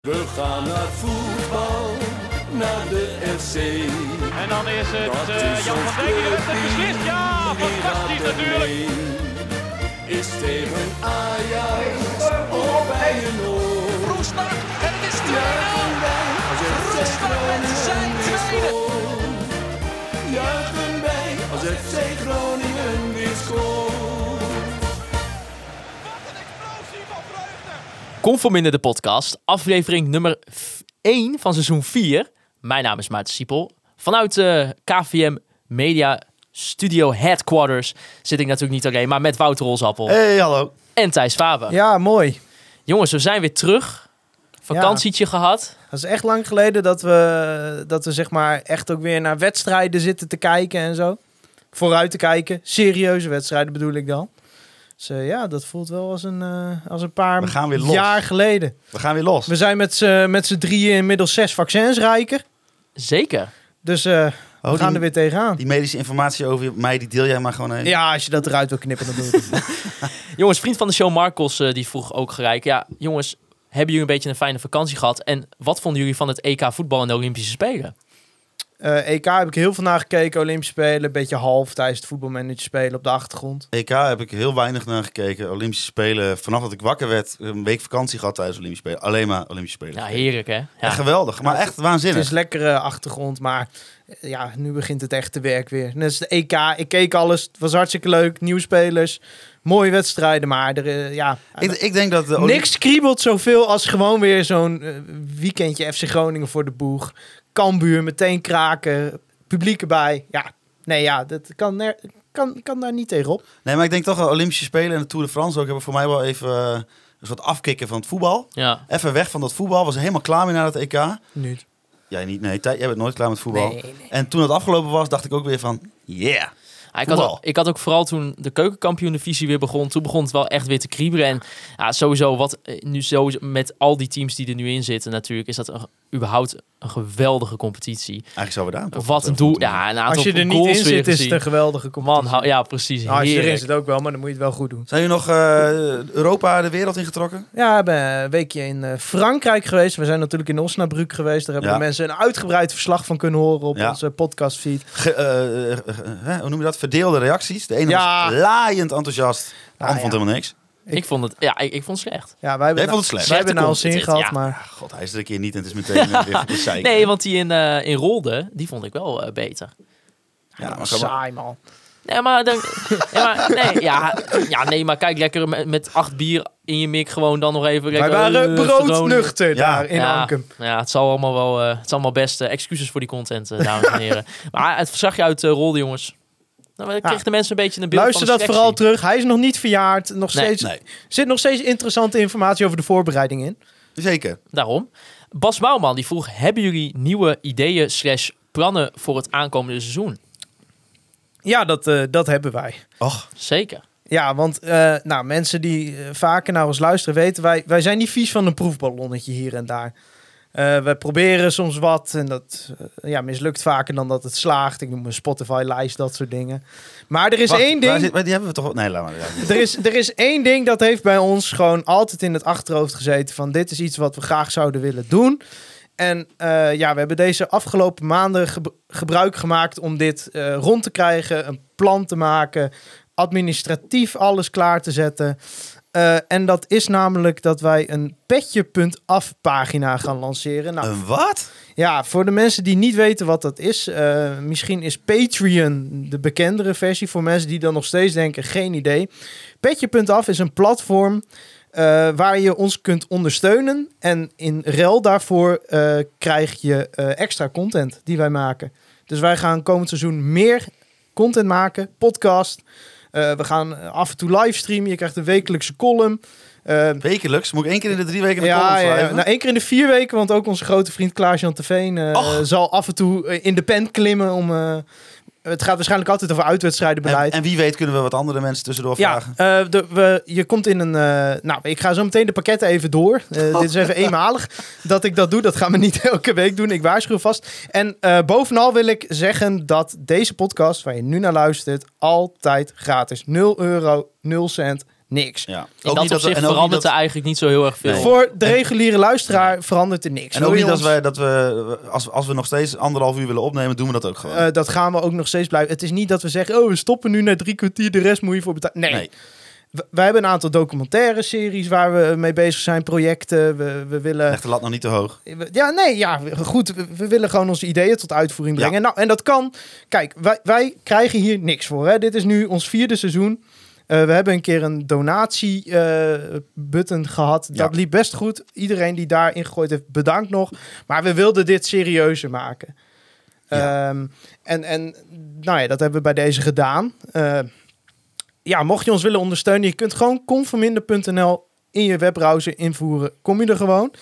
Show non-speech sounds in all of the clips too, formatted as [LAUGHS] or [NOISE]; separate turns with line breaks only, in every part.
We gaan naar voetbal, naar de FC.
En dan is het
Dat
eh,
is
Jan
ons
van Dijk die de wedstrijd
clubteam.
beslist. Ja,
Iedereen raadt
fantastisch
hem
natuurlijk.
mee. Is tegen Ajax of bij een oor.
Roestak en het is 2-0.
Juichen wij als het
Roestak met zijn tweede.
scoort. Juichen wij als FC Groningen weer scoort.
Conform in de podcast, aflevering nummer 1 van seizoen 4. Mijn naam is Maarten Siepel. Vanuit eh, de KVM Media Studio Headquarters zit ik natuurlijk niet alleen, maar met Wouter Rolsappel
Hey, hallo.
en Thijs Faber.
Ja, mooi.
Jongens, we zijn weer terug. Vakantietje gehad.
Dat is echt lang geleden dat we, dat we zeg maar echt ook weer naar wedstrijden zitten te kijken en zo. Vooruit te kijken. Serieuze wedstrijden bedoel ik dan. Dus eh, ja, dat voelt wel als een, eh, als een paar
We gaan weer los.
jaar geleden.
We gaan weer los.
We zijn met z'n met z'n drieën inmiddels zes vaccins rijker.
Zeker.
Dus eh,
Oh,
we gaan
die,
er weer tegenaan.
die medische informatie over mij, die deel jij maar gewoon even.
Ja, als je dat eruit wil knippen, dan doe ik
[LAUGHS]
het.
Jongens, vriend van de show Marcos eh, die vroeg ook gelijk. Ja, jongens, hebben jullie een beetje een fijne vakantie gehad? En wat vonden jullie van het EK voetbal en de Olympische Spelen?
Eh, EK heb ik heel veel naar gekeken. Olympische Spelen, een beetje half tijdens het voetbalmanager spelen op de achtergrond.
EK heb ik heel weinig naar gekeken. Olympische Spelen, vanaf dat ik wakker werd, een week vakantie gehad tijdens Olympische Spelen. Alleen maar Olympische Spelen.
Ja, heerlijk hè?
Echt
Ja.
geweldig, maar echt
Het
waanzinnig.
is lekkere achtergrond, maar eh, ja, nu begint het echte werk weer. Net als de EK, ik keek alles. Het was hartstikke leuk. Nieuwe spelers, mooie wedstrijden, maar er, eh, ja,
Ik, ik denk dat de Olymp-
niks kriebelt zoveel als gewoon weer zo'n eh, weekendje FC Groningen voor de boeg. Kambuur, meteen kraken, publiek erbij. Ja, nee ja, dat kan, ner- kan, kan daar niet tegenop.
Nee, maar ik denk toch wel Olympische Spelen en de Tour de France ook hebben voor mij wel even eh, een soort afkicken van het voetbal.
ja.
Even weg van dat voetbal, was helemaal klaar mee naar het EK.
Niet.
Jij niet, nee, Thij, jij bent nooit klaar met voetbal.
Nee,
En toen het afgelopen was, dacht ik ook weer van, yeah.
Ja, ik, had
Voetbal.
ook, ik had ook vooral toen de keukenkampioen-divisie weer begon. Toen begon het wel echt weer te kriebelen. En ja, sowieso, wat eh, nu zo met al die teams die er nu in zitten, natuurlijk, is dat een, überhaupt een geweldige competitie.
Eigenlijk zouden we daar een
Wat een
podcast over
doel.
moeten
Ja, een aantal
Als je er niet
goals weer
in zit, is het
gezien.
een geweldige
Man,
competitie.
hou- ja, precies.
Nou, als je erin
Heerlijk.
zit ook wel, maar dan moet je het wel goed doen.
Zijn jullie nog eh, Europa de wereld ingetrokken?
Ja, we hebben een weekje in eh, Frankrijk geweest. We zijn natuurlijk in Osnabrück geweest. Daar hebben
Ja.
de mensen een uitgebreid verslag van kunnen horen op
Ja.
onze podcastfeed.
Ge- eh, eh, eh, eh, hoe noem je dat? Verdeelde reacties. De ene
Ja.
was laaiend enthousiast. De
Ah,
ander
ja.
vond helemaal niks.
Ik vond het, ja, ik, ik vond het slecht.
Ja, wij hebben,
Jij
nou,
vond het slecht. Ah,
wij hebben nou al
Slechte
zin
content,
gehad,
ja.
maar
God, hij is er een keer niet en het is meteen eh,
[LAUGHS]
weer gezeik.
Nee, want die in, eh, in Rolde, die vond ik wel eh, beter.
ja, maar ga maar.
saai man.
Nee, maar, dan, [LAUGHS] nee, maar, nee, ja, ja, nee, maar kijk, lekker met, met acht bier in je mik gewoon dan nog even.
wij
lekker,
waren
eh, Groningen.
broodnuchter
Ja.
daar in
ja,
Ankum.
Ja, het zal allemaal wel eh, het is allemaal best. eh, excuses voor die content, eh, dames en
[LAUGHS]
heren. maar het zag je uit eh, Rolde, jongens. Nou, maar dan
Ja.
kregen de mensen een beetje een beeld
Luister
van
dat
de
vooral
selectie.
terug. Hij is nog niet verjaard. Nog
Nee,
steeds,
nee.
Zit nog steeds interessante informatie over de voorbereiding in.
Zeker.
Daarom. Bas Bouwman die vroeg, hebben jullie nieuwe ideeën slash plannen voor het aankomende seizoen?
Ja, dat, eh, dat hebben wij.
Och,
Zeker.
Ja, want eh, nou, mensen die eh, vaker naar ons luisteren weten, wij, wij zijn niet vies van een proefballonnetje hier en daar. Eh we proberen soms wat en dat eh, ja, mislukt vaker dan dat het slaagt. Ik noem een Spotify-lijst, dat soort dingen. Maar er is
wacht,
één
waar
ding,
zit- maar die hebben we toch... al- Nee, laat maar.
[LAUGHS]
ja.
er is, er is één ding dat heeft bij ons gewoon altijd in het achterhoofd gezeten van dit is iets wat we graag zouden willen doen. En eh, ja, we hebben deze afgelopen maanden geb- gebruik gemaakt om dit eh, rond te krijgen, een plan te maken, administratief alles klaar te zetten. Eh, en dat is namelijk dat wij een petje.af pagina gaan lanceren. Nou,
Een Eh, wat?
ja, voor de mensen die niet weten wat dat is, eh, misschien is Patreon de bekendere versie voor mensen die dan nog steeds denken: geen idee. Petje.af is een platform eh, waar je ons kunt ondersteunen. En in ruil daarvoor eh, krijg je eh, extra content die wij maken. Dus wij gaan komend seizoen meer content maken, podcast. Eh, we gaan af en toe livestreamen. Je krijgt een wekelijkse column. Eh,
Wekelijks? Moet ik één keer in de drie weken een column
ja, ja, ja.
schrijven?
Nou, één keer in de vier weken, want ook onze grote vriend Klaas-Jan Teveen eh,
Och.
zal af en toe eh, in de pen klimmen om... eh, het gaat waarschijnlijk altijd over
en,
uitwedstrijdenbeleid.
en wie weet kunnen we wat andere mensen tussendoor
ja,
vragen.
eh, de, we, je komt in een... eh, nou, ik ga zo meteen de pakketten even door. [LAUGHS] Eh, Dit is even eenmalig dat ik dat doe. Dat gaan we niet [LAUGHS] elke week doen. Ik waarschuw vast. En eh, bovenal wil ik zeggen dat deze podcast, waar je nu naar luistert, altijd gratis. 0 euro, 0 cent, niks.
Ja.
In dat opzicht
en ook niet
verandert
dat-
er eigenlijk niet zo heel erg veel. Nou,
Nee.
Voor de reguliere luisteraar verandert er niks.
En ook
Wil je
niet dat
ons-
we, dat we als, als we nog steeds anderhalf uur willen opnemen, doen we dat ook gewoon.
Eh, dat gaan we ook nog steeds blijven. Het is niet dat we zeggen, oh, we stoppen nu na drie kwartier, de rest moet je voor betalen. Nee.
Nee.
W- Wij hebben een aantal documentaire series waar we mee bezig zijn, projecten. We, we willen.
Leg de lat nog niet te hoog.
we- ja, nee, ja, we- goed. We, we willen gewoon onze ideeën tot uitvoering
Ja.
brengen. Nou, en dat kan. Kijk, wij, wij krijgen hier niks voor. Hè. Dit is nu ons vierde seizoen. Eh, we hebben een keer een donatie-button gehad.
Ja.
Dat liep best goed. Iedereen die daar ingegooid heeft, bedankt nog. Maar we wilden dit serieuzer maken.
Ja.
Ehm, en, en nou ja, dat hebben we bij deze gedaan. Eh, ja, mocht je ons willen ondersteunen, je kunt gewoon conforminder.nl in je webbrowser invoeren. Kom je er gewoon.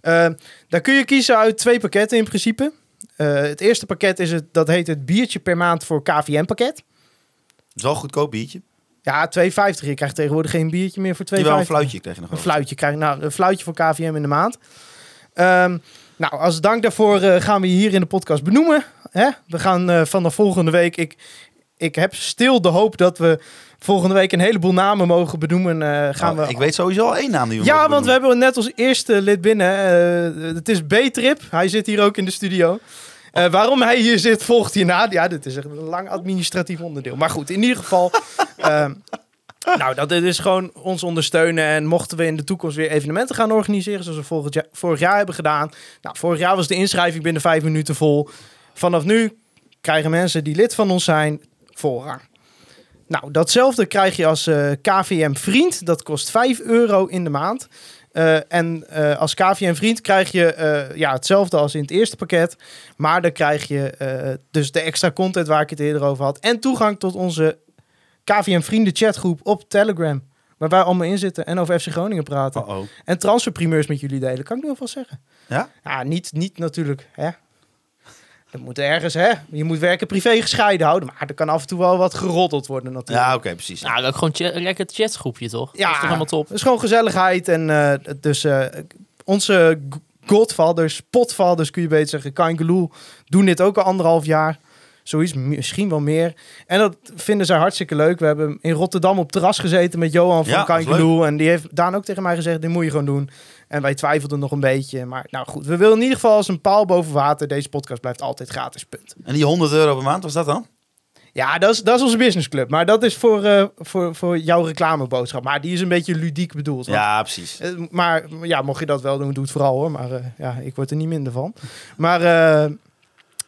Eh, daar kun je kiezen uit twee pakketten in principe. Eh, het eerste pakket is het, dat heet het biertje per maand voor KVM-pakket.
Het is wel een goedkoop biertje.
Ja, 2,50. Je krijgt tegenwoordig geen biertje meer voor 2,50.
Jawel, een fluitje kreeg je nog
Een
wel.
fluitje krijg je. Nou, een fluitje voor KVM in de maand. Ehm, nou, als dank daarvoor eh, gaan we je hier in de podcast benoemen. Hè? We gaan eh, vanaf volgende week. Ik, ik heb stil de hoop dat we volgende week een heleboel namen mogen benoemen. eh, gaan
Nou,
we...
Ik weet sowieso al één naam die we
ja,
mogen
want we
benoemen.
hebben net als eerste lid binnen. eh, het is B-Trip. Hij zit hier ook in de studio. Eh, waarom hij hier zit, volgt hierna. Ja, dit is echt een lang administratief onderdeel. Maar goed, in ieder
[LAUGHS]
geval. ehm, nou, dat dit is gewoon ons ondersteunen. En mochten we in de toekomst weer evenementen gaan organiseren, zoals we volgend jaar, vorig jaar hebben gedaan. Nou, vorig jaar was de inschrijving binnen vijf minuten vol. Vanaf nu krijgen mensen die lid van ons zijn voorrang. Nou, datzelfde krijg je als eh, KVM Vriend. Dat kost 5 euro in de maand. Eh, en eh, als KVM Vriend krijg je eh, ja, hetzelfde als in het eerste pakket. Maar dan krijg je eh, dus de extra content waar ik het eerder over had. En toegang tot onze KVM Vrienden chatgroep op Telegram. Waar wij allemaal in zitten en over FC Groningen praten.
Oh-oh.
En transferprimeurs met jullie delen, kan ik nu alvast zeggen.
Ja?
Ja, niet, niet natuurlijk, hè. Dat moet ergens, hè. Je moet werken privé gescheiden houden. Maar er kan af en toe wel wat geroddeld worden natuurlijk.
Ja, oké, precies.
Nou, dat is gewoon een lekker chatgroepje, toch?
Ja.
Dat is toch helemaal top?
Het is gewoon gezelligheid. En eh, dus eh, onze g- godfathers, potvaders kun je beter zeggen, Kangeloel, doen dit ook al anderhalf jaar. Zoiets, misschien wel meer. En dat vinden zij hartstikke leuk. We hebben in Rotterdam op het terras gezeten met Johan van
Ja,
ja,
dat is
En die heeft Daan ook tegen mij gezegd, dit moet je gewoon doen. En wij twijfelden nog een beetje. Maar nou goed, we willen in ieder geval als een paal boven water. Deze podcast blijft altijd gratis, punt.
En die 100 euro per maand, was dat dan?
Ja, dat is, dat is onze businessclub. Maar dat is voor, eh, voor, voor jouw reclameboodschap. Maar die is een beetje ludiek bedoeld. want
Ja, precies.
eh, maar ja, mocht je dat wel doen, doe het vooral hoor. Maar eh, ja, ik word er niet minder van. Maar eh,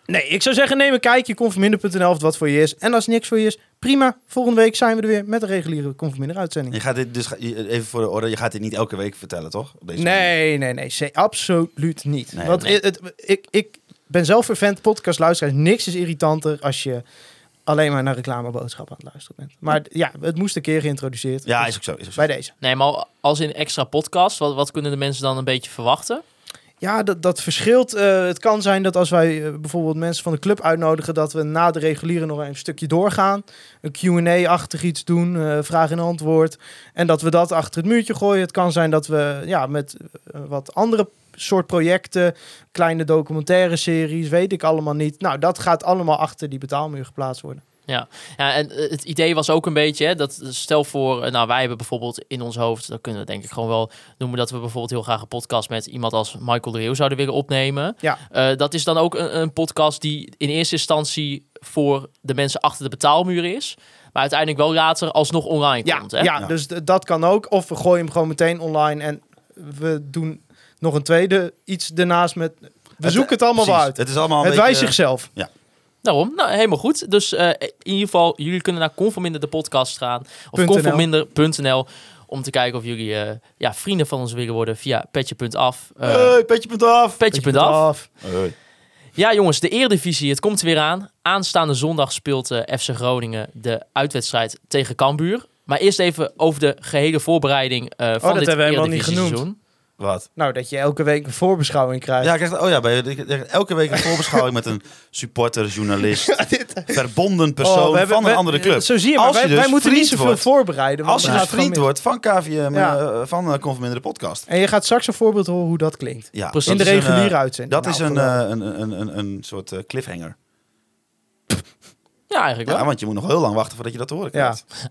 nee, ik zou zeggen, neem een kijkje. Conforminder.nl of het wat voor je is. En als niks voor je is, prima. Volgende week zijn we er weer met een reguliere Conforminder uitzending.
Je gaat dit dus, even voor de orde, je gaat dit niet elke week vertellen, toch? Op deze manier.
Nee, nee, nee. ze- absoluut niet.
Nee,
Want
nee.
Het, het- ik, ik ben zelf vervent podcastluisteraar. Niks is irritanter als je alleen maar naar reclameboodschappen aan het luisteren bent. Maar d- ja, het moest een keer geïntroduceerd.
Ja,
Dus
is ook zo. Is ook zo.
bij deze.
Nee, maar als in extra podcast, wat, wat kunnen de mensen dan een beetje verwachten?
Ja, dat, dat verschilt. Eh, het kan zijn dat als wij eh, bijvoorbeeld mensen van de club uitnodigen, dat we na de reguliere nog een stukje doorgaan. Een QA-achtig iets doen, eh, vraag en antwoord. En dat we dat achter het muurtje gooien. Het kan zijn dat we ja, met eh, wat andere soort projecten, kleine documentaire series, weet ik allemaal niet. Nou, dat gaat allemaal achter die betaalmuur geplaatst worden.
Ja, en eh, het idee was ook een beetje, hè, dat eh, stel voor, eh, nou wij hebben bijvoorbeeld in ons hoofd, dat kunnen we denk ik gewoon wel noemen, dat we bijvoorbeeld heel graag een podcast met iemand als Michael de Leeuw zouden willen opnemen.
Ja.
Eh, dat is dan ook een, een podcast die in eerste instantie voor de mensen achter de betaalmuur is, maar uiteindelijk wel later alsnog online
Ja,
komt. Hè?
ja,
Ja.
dus d- dat kan ook. Of we gooien hem gewoon meteen online en we doen nog een tweede iets daarnaast met... We
Het-
zoeken het allemaal wel
precies.
uit.
Het is allemaal een
Het
beetje-
wijst zichzelf.
Daarom, nou helemaal goed. Dus eh, in ieder geval, jullie kunnen naar Conforminder de podcast gaan. Of
.nl.
conforminder.nl om te kijken of jullie eh, ja, vrienden van ons willen worden via petje.af. Eh,
Hey, petje punt af!
petje.af.
Hey.
Ja jongens, de Eredivisie, het komt er weer aan. Aanstaande zondag speelt eh, FC Groningen de uitwedstrijd tegen Cambuur. Maar eerst even over de gehele voorbereiding eh, van
Oh, dat
dit
hebben we helemaal niet
Eredivisie seizoen.
Wat?
Nou, dat je elke week een voorbeschouwing krijgt.
Ja, ik dacht, oh ja, bij, ik dacht, elke week een voorbeschouwing met een
[LAUGHS]
supporter, journalist, verbonden persoon
Oh, we hebben-
van een
we-
andere club.
Zo zie je, maar
Als je
wij,
dus
wij moeten niet
vriend
zoveel
wordt-
voorbereiden. want
Als je
we
dus
gaan gewoon
vriend wordt van KVM,
Ja.
eh, van eh, Conforminder de podcast.
mee. En je gaat straks een voorbeeld horen hoe dat klinkt.
Ja,
Precies.
dat
in de
is een, eh,
reguliere uitzending.
Dat
Nou,
is een,
vooral.
eh, een, een, een, een soort eh, cliffhanger.
Ja, eigenlijk wel.
Ja, want je moet nog heel lang wachten voordat je dat te horen
Ja.
krijgt.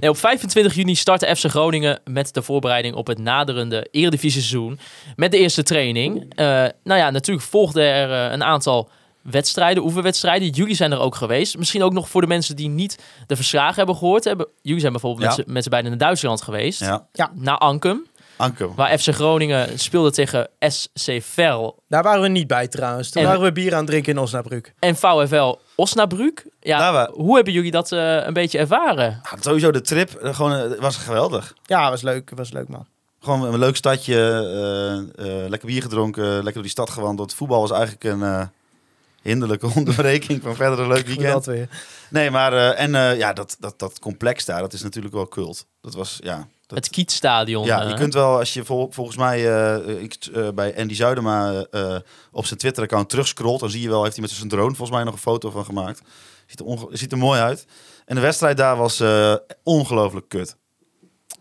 Nee, op 25 juni startte FC Groningen met de voorbereiding op het naderende Eredivisie-seizoen met de eerste training. Eh, nou ja, natuurlijk volgden er eh, een aantal wedstrijden, oefenwedstrijden. Jullie zijn er ook geweest. Misschien ook nog voor de mensen die niet de verslagen hebben gehoord. Hebben, jullie zijn bijvoorbeeld
Ja.
met z'n- met z'n beiden naar Duitsland geweest.
Ja.
Naar Ankum,
Anke.
waar FC Groningen speelde tegen SC Verl
Daar waren we niet bij trouwens. Toen
En-
waren we bier aan het drinken in Osnabrück.
en VfL Osnabrück. Ja,
Daar wa-
hoe hebben jullie dat eh, een beetje ervaren?
Ja, sowieso de trip eh, gewoon, eh, was geweldig.
Ja, was leuk, was leuk man.
Gewoon een leuk stadje, eh, eh, lekker bier gedronken, lekker door die stad gewandeld. Voetbal was eigenlijk een eh, hinderlijke [LAUGHS] onderbreking van verder een leuk
Hoe dat
weekend.
weer.
Nee, maar eh, en eh, ja, dat, dat, dat complex daar, dat is natuurlijk wel cult. Dat was, ja... Dat,
Het Kietstadion.
Ja,
eh.
je kunt wel, als je vol- volgens mij eh, ik, eh, bij Andy Zuidema eh, op zijn Twitter-account terugscrollt, dan zie je wel, heeft hij met zijn drone volgens mij nog een foto van gemaakt. Ziet er, onge- ziet er mooi uit. En de wedstrijd daar was eh, ongelooflijk kut.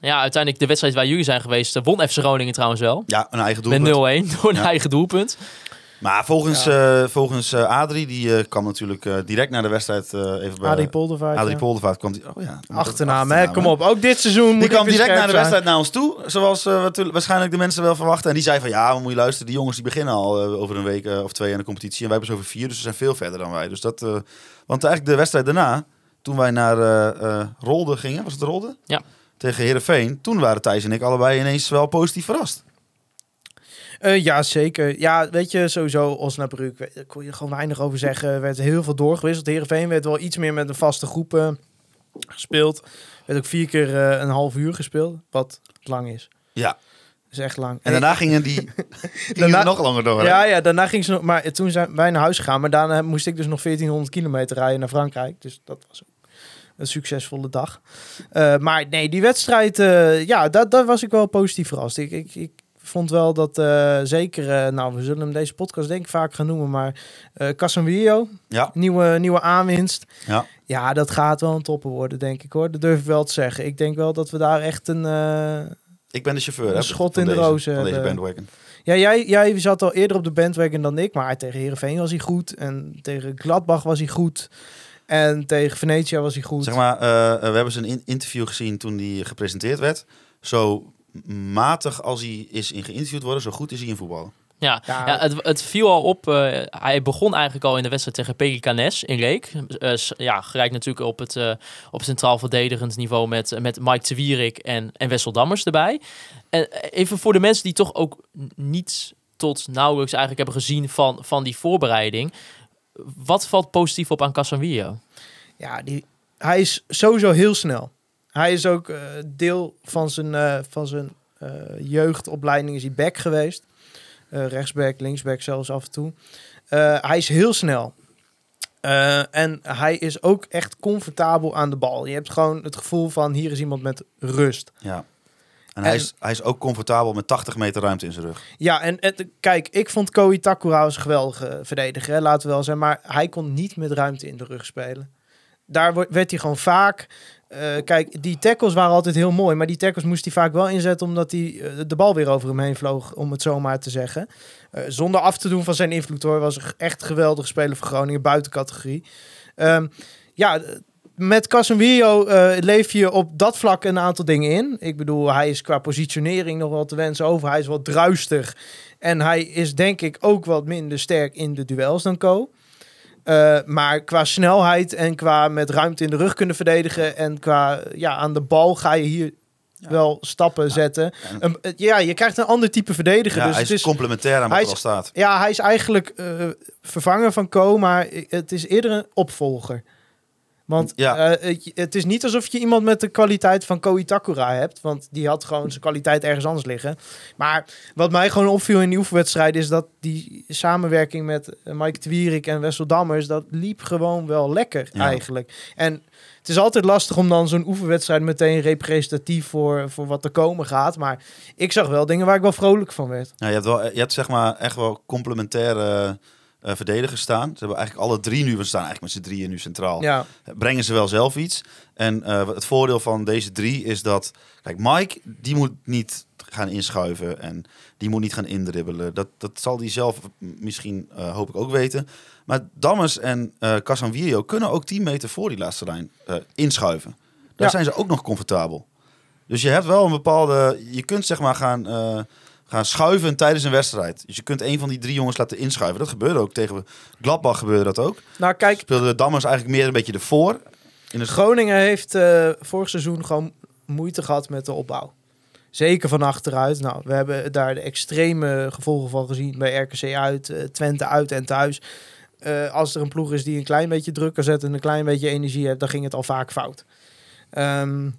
Ja, uiteindelijk de wedstrijd waar jullie zijn geweest, eh, won FC Groningen trouwens wel.
Ja, een eigen doelpunt.
Met 0-1 door een
Ja.
eigen doelpunt.
Maar volgens, eh, volgens eh, Adrie, die eh, kwam natuurlijk eh, direct na de wedstrijd eh, even bij
Adi Poldervaart.
Adrie
ja.
Poldervaart. Kwam die, oh ja,
Achternaam, hè? Kom op. Ook dit seizoen moet
Die kwam
ik weer
direct naar
scherp
de
zijn.
wedstrijd naar ons toe, zoals eh, waartu- waarschijnlijk de mensen wel verwachten. En die zei van, ja, we moet je luisteren, die jongens die beginnen al eh, over een week eh, of twee aan de competitie. En wij hebben ze over vier, dus ze zijn veel verder dan wij. Dus dat, eh, want eigenlijk de wedstrijd daarna, toen wij naar eh, eh, Rolde gingen, was het Rolde?
Ja.
Tegen Heerenveen, toen waren Thijs en ik allebei ineens wel positief verrast.
Eh, ja, zeker. Ja, weet je, sowieso Osnabrück, we- daar kon je gewoon weinig over zeggen. Er werd heel veel doorgewisseld. Heerenveen werd wel iets meer met een vaste groep eh, gespeeld. werd ook vier keer eh, een half uur gespeeld, wat lang is.
Ja.
Dat is echt lang.
En daarna gingen [LAUGHS] die gingen
Daarna-
we nog langer door. hè?
Ja, ja, daarna ging ze nog... Maar toen zijn wij naar huis gegaan. Maar daarna moest ik dus nog 1400 kilometer rijden naar Frankrijk. Dus dat was ook een succesvolle dag. Eh, maar nee, die wedstrijd... eh, ja, daar, daar was ik wel positief verrast. Ik, ik, ik vond wel dat eh, zeker... eh, nou, we zullen hem deze podcast denk ik vaak gaan noemen. Maar eh Casemiro,
Ja.
nieuwe, nieuwe aanwinst.
Ja.
ja, dat gaat wel een topper worden, denk ik hoor. Dat durf ik wel te zeggen. Ik denk wel dat we daar echt een... eh,
Ik ben de chauffeur.
Een
hè,
schot
van
in de
deze-
roos, eh,
Van deze
de-
bandwagon.
Ja, jij, jij zat al eerder op de bandwagon dan ik, maar tegen Heerenveen was hij goed en tegen Gladbach was hij goed en tegen Venetia was hij goed.
Zeg maar, eh, eh, we hebben zijn in- interview gezien toen die gepresenteerd werd. Zo matig als hij is in geïnterviewd worden, zo goed is hij in voetballen.
Ja,
Ja.
ja. het, het viel al op. eh, hij begon eigenlijk al in de wedstrijd tegen Pelicanes in Leek. Eh, s- ja, gereikt natuurlijk op het eh, op centraal verdedigend niveau met, met Mike de Wierik en, en Wessel Dammers erbij. En eh, even voor de mensen die toch ook n- niets tot nauwelijks eigenlijk hebben gezien van, van die voorbereiding. Wat valt positief op aan Casemiro?
Ja, die, hij is sowieso heel snel. Hij is ook eh, deel van zijn, eh, van zijn eh, jeugdopleiding is hij back geweest. Eh, rechtsback, linksback zelfs af en toe. Eh, hij is heel snel. Eh, en hij is ook echt comfortabel aan de bal. Je hebt gewoon het gevoel van hier is iemand met rust.
Ja. En,
En-
hij, is, hij is ook comfortabel met 80 meter ruimte in zijn rug.
Ja, en het- kijk, ik vond Koei Takura als een geweldige verdediger, hè, laten we wel zijn. Maar hij kon niet met ruimte in de rug spelen. Daar wo- werd hij gewoon vaak... eh, kijk, die tackles waren altijd heel mooi, maar die tackles moest hij vaak wel inzetten... omdat hij eh, de bal weer over hem heen vloog, om het zo maar te zeggen. Eh, zonder af te doen van zijn invloed hoor, was een echt geweldig speler voor Groningen, buiten categorie. Ehm, ja, met Casemiro eh, leef je op dat vlak een aantal dingen in. Ik bedoel, hij is qua positionering nog wel te wensen over. Hij is wat druistig. En hij is denk ik ook wat minder sterk in de duels dan Co. Eh, maar qua snelheid en qua met ruimte in de rug kunnen verdedigen... en qua ja, aan de bal ga je hier wel stappen zetten.
en-
Een- eh, ja, je krijgt een ander type verdediger.
Ja,
dus
hij
het
is,
is
complementair aan wat
hij
er al
is-
staat.
ja, hij is eigenlijk eh, vervanger van Co, maar het is eerder een opvolger. Want
Ja.
eh, het- het is niet alsof je iemand met de kwaliteit van Ko Itakura hebt. Want die had gewoon zijn kwaliteit ergens anders liggen. Maar wat mij gewoon opviel in die oefenwedstrijd... is dat die samenwerking met eh, Mike Twierik en Wessel Dammers... dat liep gewoon wel lekker
Ja.
eigenlijk. En het is altijd lastig om dan zo'n oefenwedstrijd... meteen representatief voor, voor wat er komen gaat. Maar ik zag wel dingen waar ik wel vrolijk van werd.
eh, Ja, je, hebt wel, je hebt zeg maar echt wel complementaire eh, verdedigers staan. Ze hebben eigenlijk alle drie nu, we staan eigenlijk met z'n drieën nu centraal.
Ja,
Brengen ze wel zelf iets. En eh, het voordeel van deze drie is dat, kijk, Mike, die moet niet gaan inschuiven en die moet niet gaan indribbelen. Dat, dat zal die zelf misschien, eh, hoop ik, ook weten. Maar Dammers en eh Casanvirio kunnen ook 10 meter voor die laatste lijn eh, inschuiven. Daar
Ja.
zijn ze ook nog comfortabel. Dus je hebt wel een bepaalde. Je kunt zeg maar gaan, eh, gaan schuiven tijdens een wedstrijd. Dus je kunt een van die drie jongens laten inschuiven. Dat gebeurde ook tegen Gladbach gebeurde dat ook.
nou kijk,
Speelde Dammers eigenlijk meer een beetje ervoor. In het
Groningen heeft eh, vorig seizoen gewoon moeite gehad met de opbouw. Zeker van achteruit. Nou, we hebben daar de extreme gevolgen van gezien bij RKC uit, eh, Twente uit en thuis. Eh, als er een ploeg is die een klein beetje druk kan zetten en een klein beetje energie heeft, dan ging het al vaak fout. Ehm,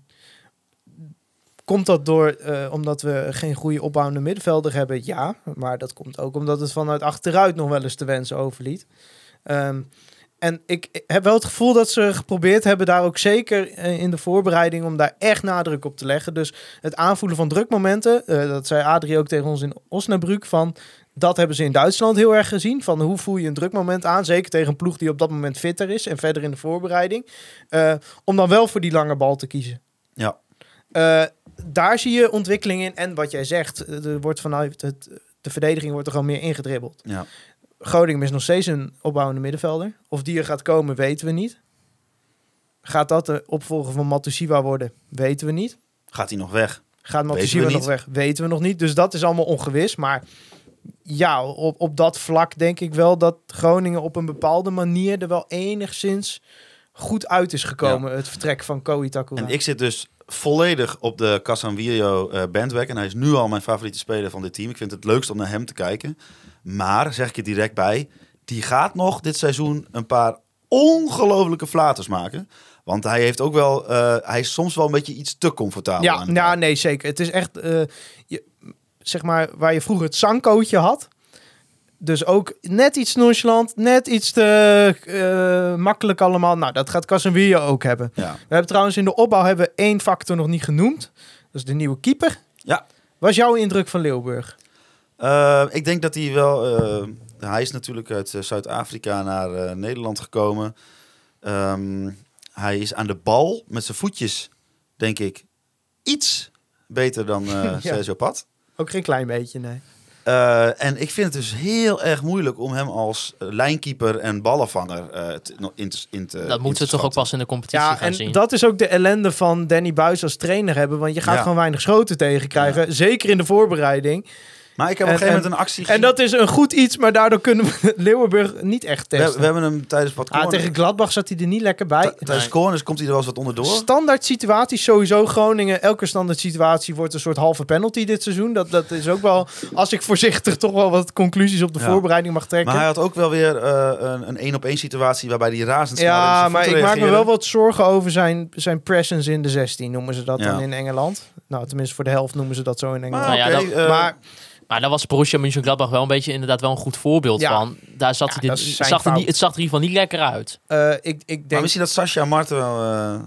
komt dat door eh, omdat we geen goede opbouwende middenvelder hebben? Ja, maar dat komt ook omdat het vanuit achteruit nog wel eens te wensen overliet. Ehm, en ik heb wel het gevoel dat ze geprobeerd hebben daar ook zeker eh, in de voorbereiding om daar echt nadruk op te leggen. Dus het aanvoelen van drukmomenten, eh, dat zei Adrie ook tegen ons in Osnabrück van dat hebben ze in Duitsland heel erg gezien van hoe voel je een drukmoment aan, zeker tegen een ploeg die op dat moment fitter is en verder in de voorbereiding, Eh, om dan wel voor die lange bal te kiezen.
Ja.
Eh, daar zie je ontwikkeling in en wat jij zegt, eh, er wordt vanuit het, de verdediging wordt er gewoon meer ingedribbeld.
Ja.
Groningen is nog steeds een opbouwende middenvelder. Of die er gaat komen, weten we niet. Gaat dat de opvolger van Matusiwa worden? Weten we niet.
Gaat hij nog weg?
Gaat
we
Matusiwa nog
niet.
weg? Weten we nog niet. Dus dat is allemaal ongewis. Maar ja, op, op dat vlak denk ik wel dat Groningen op een bepaalde manier er wel enigszins goed uit is gekomen. Het vertrek van Koei Takura.
En ik zit dus volledig op de Casanvirio eh bandwagon. Hij is nu al mijn favoriete speler van dit team. Ik vind het leukst om naar hem te kijken. Maar, zeg ik er direct bij, die gaat nog dit seizoen een paar ongelofelijke flaters maken. Want hij heeft ook wel, eh, hij is soms wel een beetje iets te comfortabel.
Ja,
aan de
nou,
bal.
nee, zeker. Het is echt, eh, je, zeg maar, waar je vroeger het zangcootje had. Dus ook net iets nonchalant, net iets te eh, makkelijk allemaal. Nou, dat gaat Casemiro ook hebben.
ja.
We hebben trouwens in de opbouw hebben we één factor nog niet genoemd. Dat is de nieuwe keeper.
Ja.
Wat is jouw indruk van Leeuwburg?
Eh, ik denk dat hij wel. eh, hij is natuurlijk uit eh, Zuid-Afrika naar eh, Nederland gekomen. Ehm, hij is aan de bal met zijn voetjes, denk ik, iets
[LAUGHS]
beter dan eh Sergio Pat.
Ook geen klein beetje, nee.
Eh, en ik vind het dus heel erg moeilijk om hem als eh, lijnkeeper en ballenvanger eh, te- no- in te in te- in
dat moeten
te
ze toch ook
schatten.
pas in de competitie
Eh, Ja,
gaan
en
zien.
dat is ook de ellende van Danny Buis als trainer hebben. Want je gaat
Ja.
gewoon weinig schoten tegenkrijgen. Zeker in de voorbereiding.
Maar ik heb
En-
op een gegeven
en-
moment een actie
En
gezien.
dat is een goed iets, maar daardoor kunnen we Leeuwenburg niet echt
we,
testen.
we hebben hem tijdens wat
ah,
corners-
tegen Gladbach zat hij er niet lekker bij.
t- tijdens
Nee.
corners komt hij er wel eens wat onderdoor.
Standaard situaties sowieso. Groningen, elke standaard situatie wordt een soort halve penalty dit seizoen. Dat, dat is ook wel, als ik voorzichtig toch wel wat conclusies op de
Ja.
voorbereiding mag trekken.
Maar hij had ook wel weer eh, een een één op één situatie waarbij hij razendsnel in
ja,
zijn
maar
voeten
ik maak me
reageerde.
wel wat zorgen over zijn, zijn presence in de 16, noemen ze dat
Ja.
dan in Engeland. Nou, tenminste voor de helft noemen ze dat zo in Engeland.
Maar,
Nou ja,
oké,
dat-
eh,
maar
Maar daar was Borussia Mönchengladbach wel een beetje inderdaad wel een goed voorbeeld
Ja.
van. Daar zat
Ja,
hij
dat
dit,
is zijn
zag er niet,
fout.
het zag er in ieder geval niet lekker uit.
eh, ik, ik
Maar
denk
misschien dat Sascha Marten wel... eh,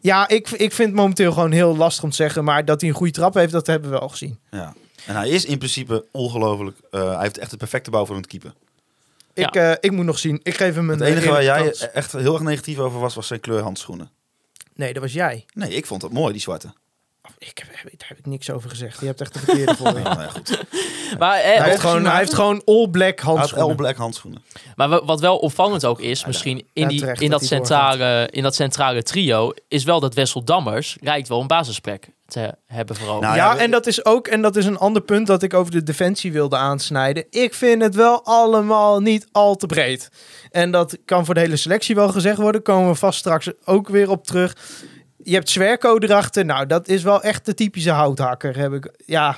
Ja, ik, ik vind het momenteel gewoon heel lastig om te zeggen. Maar dat hij een goede trap heeft, dat hebben we al gezien.
ja. En hij is in principe ongelooflijk... eh, hij heeft echt het perfecte bouw voor het keeper.
Ik, eh, ik moet nog zien. Ik geef hem een eh,
Het enige waar jij
kans.
echt heel erg negatief over was, was zijn kleur handschoenen.
Nee, dat was jij.
Nee, ik vond dat mooi, die zwarte.
Ik heb, daar heb ik niks over gezegd. Je hebt echt de verkeerde [LAUGHS] voor je.
Ja, nou ja, goed. Hij
Maar, eh,
Hij heeft,
ook-
gewoon, hij heeft gewoon all-black
had
handschoenen.
all-black handschoenen.
maar wa- wat wel opvallend ook is, misschien in,
ja,
die,
terecht
in,
dat
dat
hij
centrale, in dat centrale trio, is wel dat Wessel Dammers lijkt wel een basisplek te hebben veroverd.
Nou,
ja,
ja, we-
en dat is ook en dat is een ander punt dat ik over de defensie wilde aansnijden. Ik vind het wel allemaal niet al te breed. En dat kan voor de hele selectie wel gezegd worden. Komen we vast straks ook weer op terug. Je hebt Zwerko erachter. Nou, dat is wel echt de typische houthakker. Heb ik, ja,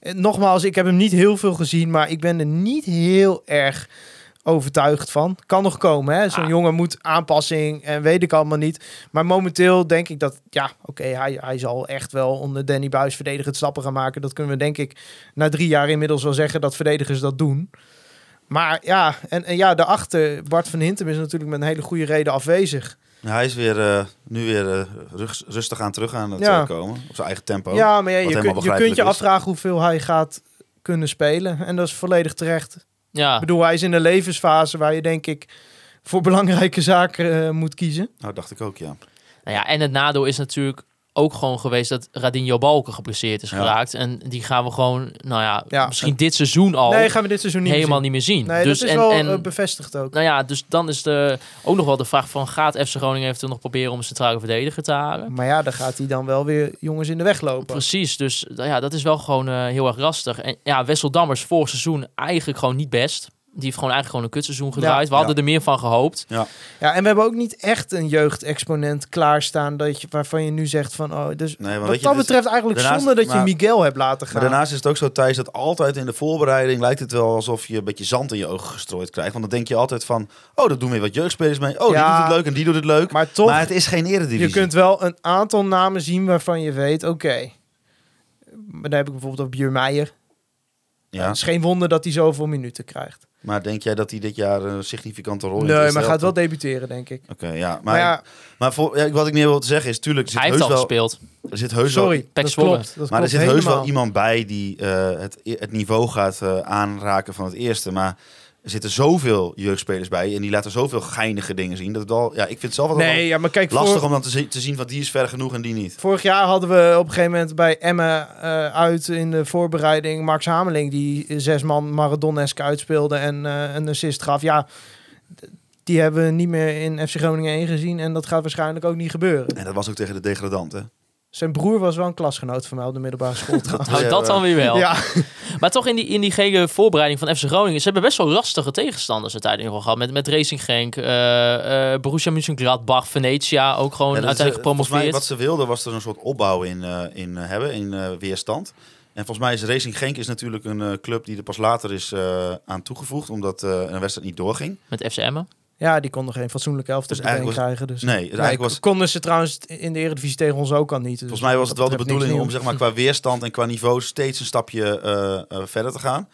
Eh, nogmaals, ik heb hem niet heel veel gezien, maar ik ben er niet heel erg overtuigd van. Kan nog komen, hè? Zo'n
Ah.
jongen moet aanpassing en weet ik allemaal niet. Maar momenteel denk ik dat, ja, oké, hij, hij zal echt wel onder Danny Buis verdedigend stappen gaan maken. Dat kunnen we denk ik na drie jaar inmiddels wel zeggen dat verdedigers dat doen. Maar ja, en, en ja, daarachter, Bart van Hintem is natuurlijk met een hele goede reden afwezig.
Nou, hij is weer, eh, nu weer eh, rug- rustig aan terug aan het
Ja.
eh, komen. Op zijn eigen tempo.
ja, maar ja, je,
wat helemaal
kunt- je kunt
begrijpelijk
je
is.
Ah.
afvragen hoeveel hij gaat kunnen spelen. En dat is volledig terecht.
Ja.
Ik bedoel, hij is in een levensfase waar je denk ik voor belangrijke zaken eh, moet kiezen.
Nou, dacht ik ook, ja.
Nou ja, en het nadeel is natuurlijk ook gewoon geweest dat Radinho Balken geblesseerd is
Ja.
geraakt. En die gaan we gewoon, nou ja,
Ja.
misschien dit seizoen al
nee, gaan we dit seizoen niet meer
helemaal
zien.
niet meer zien.
Nee,
dus
dat is
en,
wel
en,
eh, bevestigd ook.
nou ja, dus dan is de, ook nog wel de vraag van, gaat FC Groningen eventueel nog proberen om een centrale verdediger te halen?
Maar ja, dan gaat hij dan wel weer jongens in de weg lopen.
Precies, dus nou ja, dat is wel gewoon eh, heel erg lastig. En ja, Wessel Dammers vorig seizoen eigenlijk gewoon niet best. Die heeft gewoon eigenlijk gewoon een kutseizoen gedraaid. We
Ja.
hadden er meer van gehoopt.
Ja, en we hebben ook niet echt een jeugdexponent klaarstaan dat je, waarvan je nu zegt van... Oh, dus
Nee, maar
wat
weet je,
dat
dus-
betreft eigenlijk
daarnaast-
zonde dat
maar-
je Miguel hebt laten gaan.
Maar daarnaast is het ook zo, Thijs, dat altijd in de voorbereiding lijkt het wel alsof je een beetje zand in je ogen gestrooid krijgt. Want dan denk je altijd van, oh, dat doen weer wat jeugdspelers mee. Oh, die
Ja.
doet het leuk en die doet het leuk. Maar,
maar toch,
het is geen eredivisie.
je kunt wel een aantal namen zien waarvan je weet, oké. Maar daar heb ik bijvoorbeeld op Biermeijer.
ja,
Het is geen wonder dat hij zoveel minuten krijgt.
maar denk jij dat hij dit jaar een significante rol in
Nee,
heeft
maar gaat wel
gespeeld?
debuteren, denk ik.
Oké, ja. Maar,
Maar, ja,
maar voor, ja, wat ik meer wil zeggen is, tuurlijk, er zit
Hij heeft
heus
al
wel...
gespeeld.
Er zit heus wel
sorry,
Pek
dat
Zwolle.
klopt. Dat
maar er
klopt
zit heus wel
helemaal.
iemand bij die eh, het, het niveau gaat eh, aanraken van het eerste. Maar er zitten zoveel jeugdspelers bij en die laten zoveel geinige dingen zien. Dat het al, ja, ik vind het zelf altijd
Nee, ja, maar kijk,
wel lastig
voor-
om dan te, zi- te zien van die is ver genoeg en die niet.
vorig jaar hadden we op een gegeven moment bij Emmen eh, uit in de voorbereiding Max Hameling, die zes man Maradonesk uitspeelde en eh, een assist gaf. Ja, d- die hebben we niet meer in FC Groningen 1 gezien en dat gaat waarschijnlijk ook niet gebeuren.
En dat was ook tegen de degradant, hè?
Zijn broer was wel een klasgenoot van mij op de middelbare
[LAUGHS]
school. trouwens.
Nou,
[LAUGHS] Ja,
dat dan weer wel.
ja,
Maar toch in die, in die gele voorbereiding van FC Groningen. Ze hebben best wel lastige tegenstanders uiteindelijk nog wel gehad. Met, met Racing Genk, eh eh Borussia Mönchengladbach, Venetia. Ook gewoon
Ja, dat is, eh,
uiteindelijk
volgens mij
gepromoveerd.
wat ze wilden was er een soort opbouw in, eh, in eh, hebben, in eh, weerstand. En volgens mij is Racing Genk is natuurlijk een eh, club die er pas later is eh, aan toegevoegd, omdat eh, een wedstrijd niet doorging.
Met FC Emmen.
ja, die konden geen fatsoenlijke helft op
Dus
de been
eigenlijk was-
krijgen. Dus.
Nee, eigenlijk
Nee,
was
konden ze trouwens in de Eredivisie tegen ons ook al niet. Dus
Volgens mij was
wat
het wel de
dat betreft
bedoeling om
niks nieuws.
zeg maar, qua weerstand en qua niveau steeds een stapje eh, eh, verder te gaan.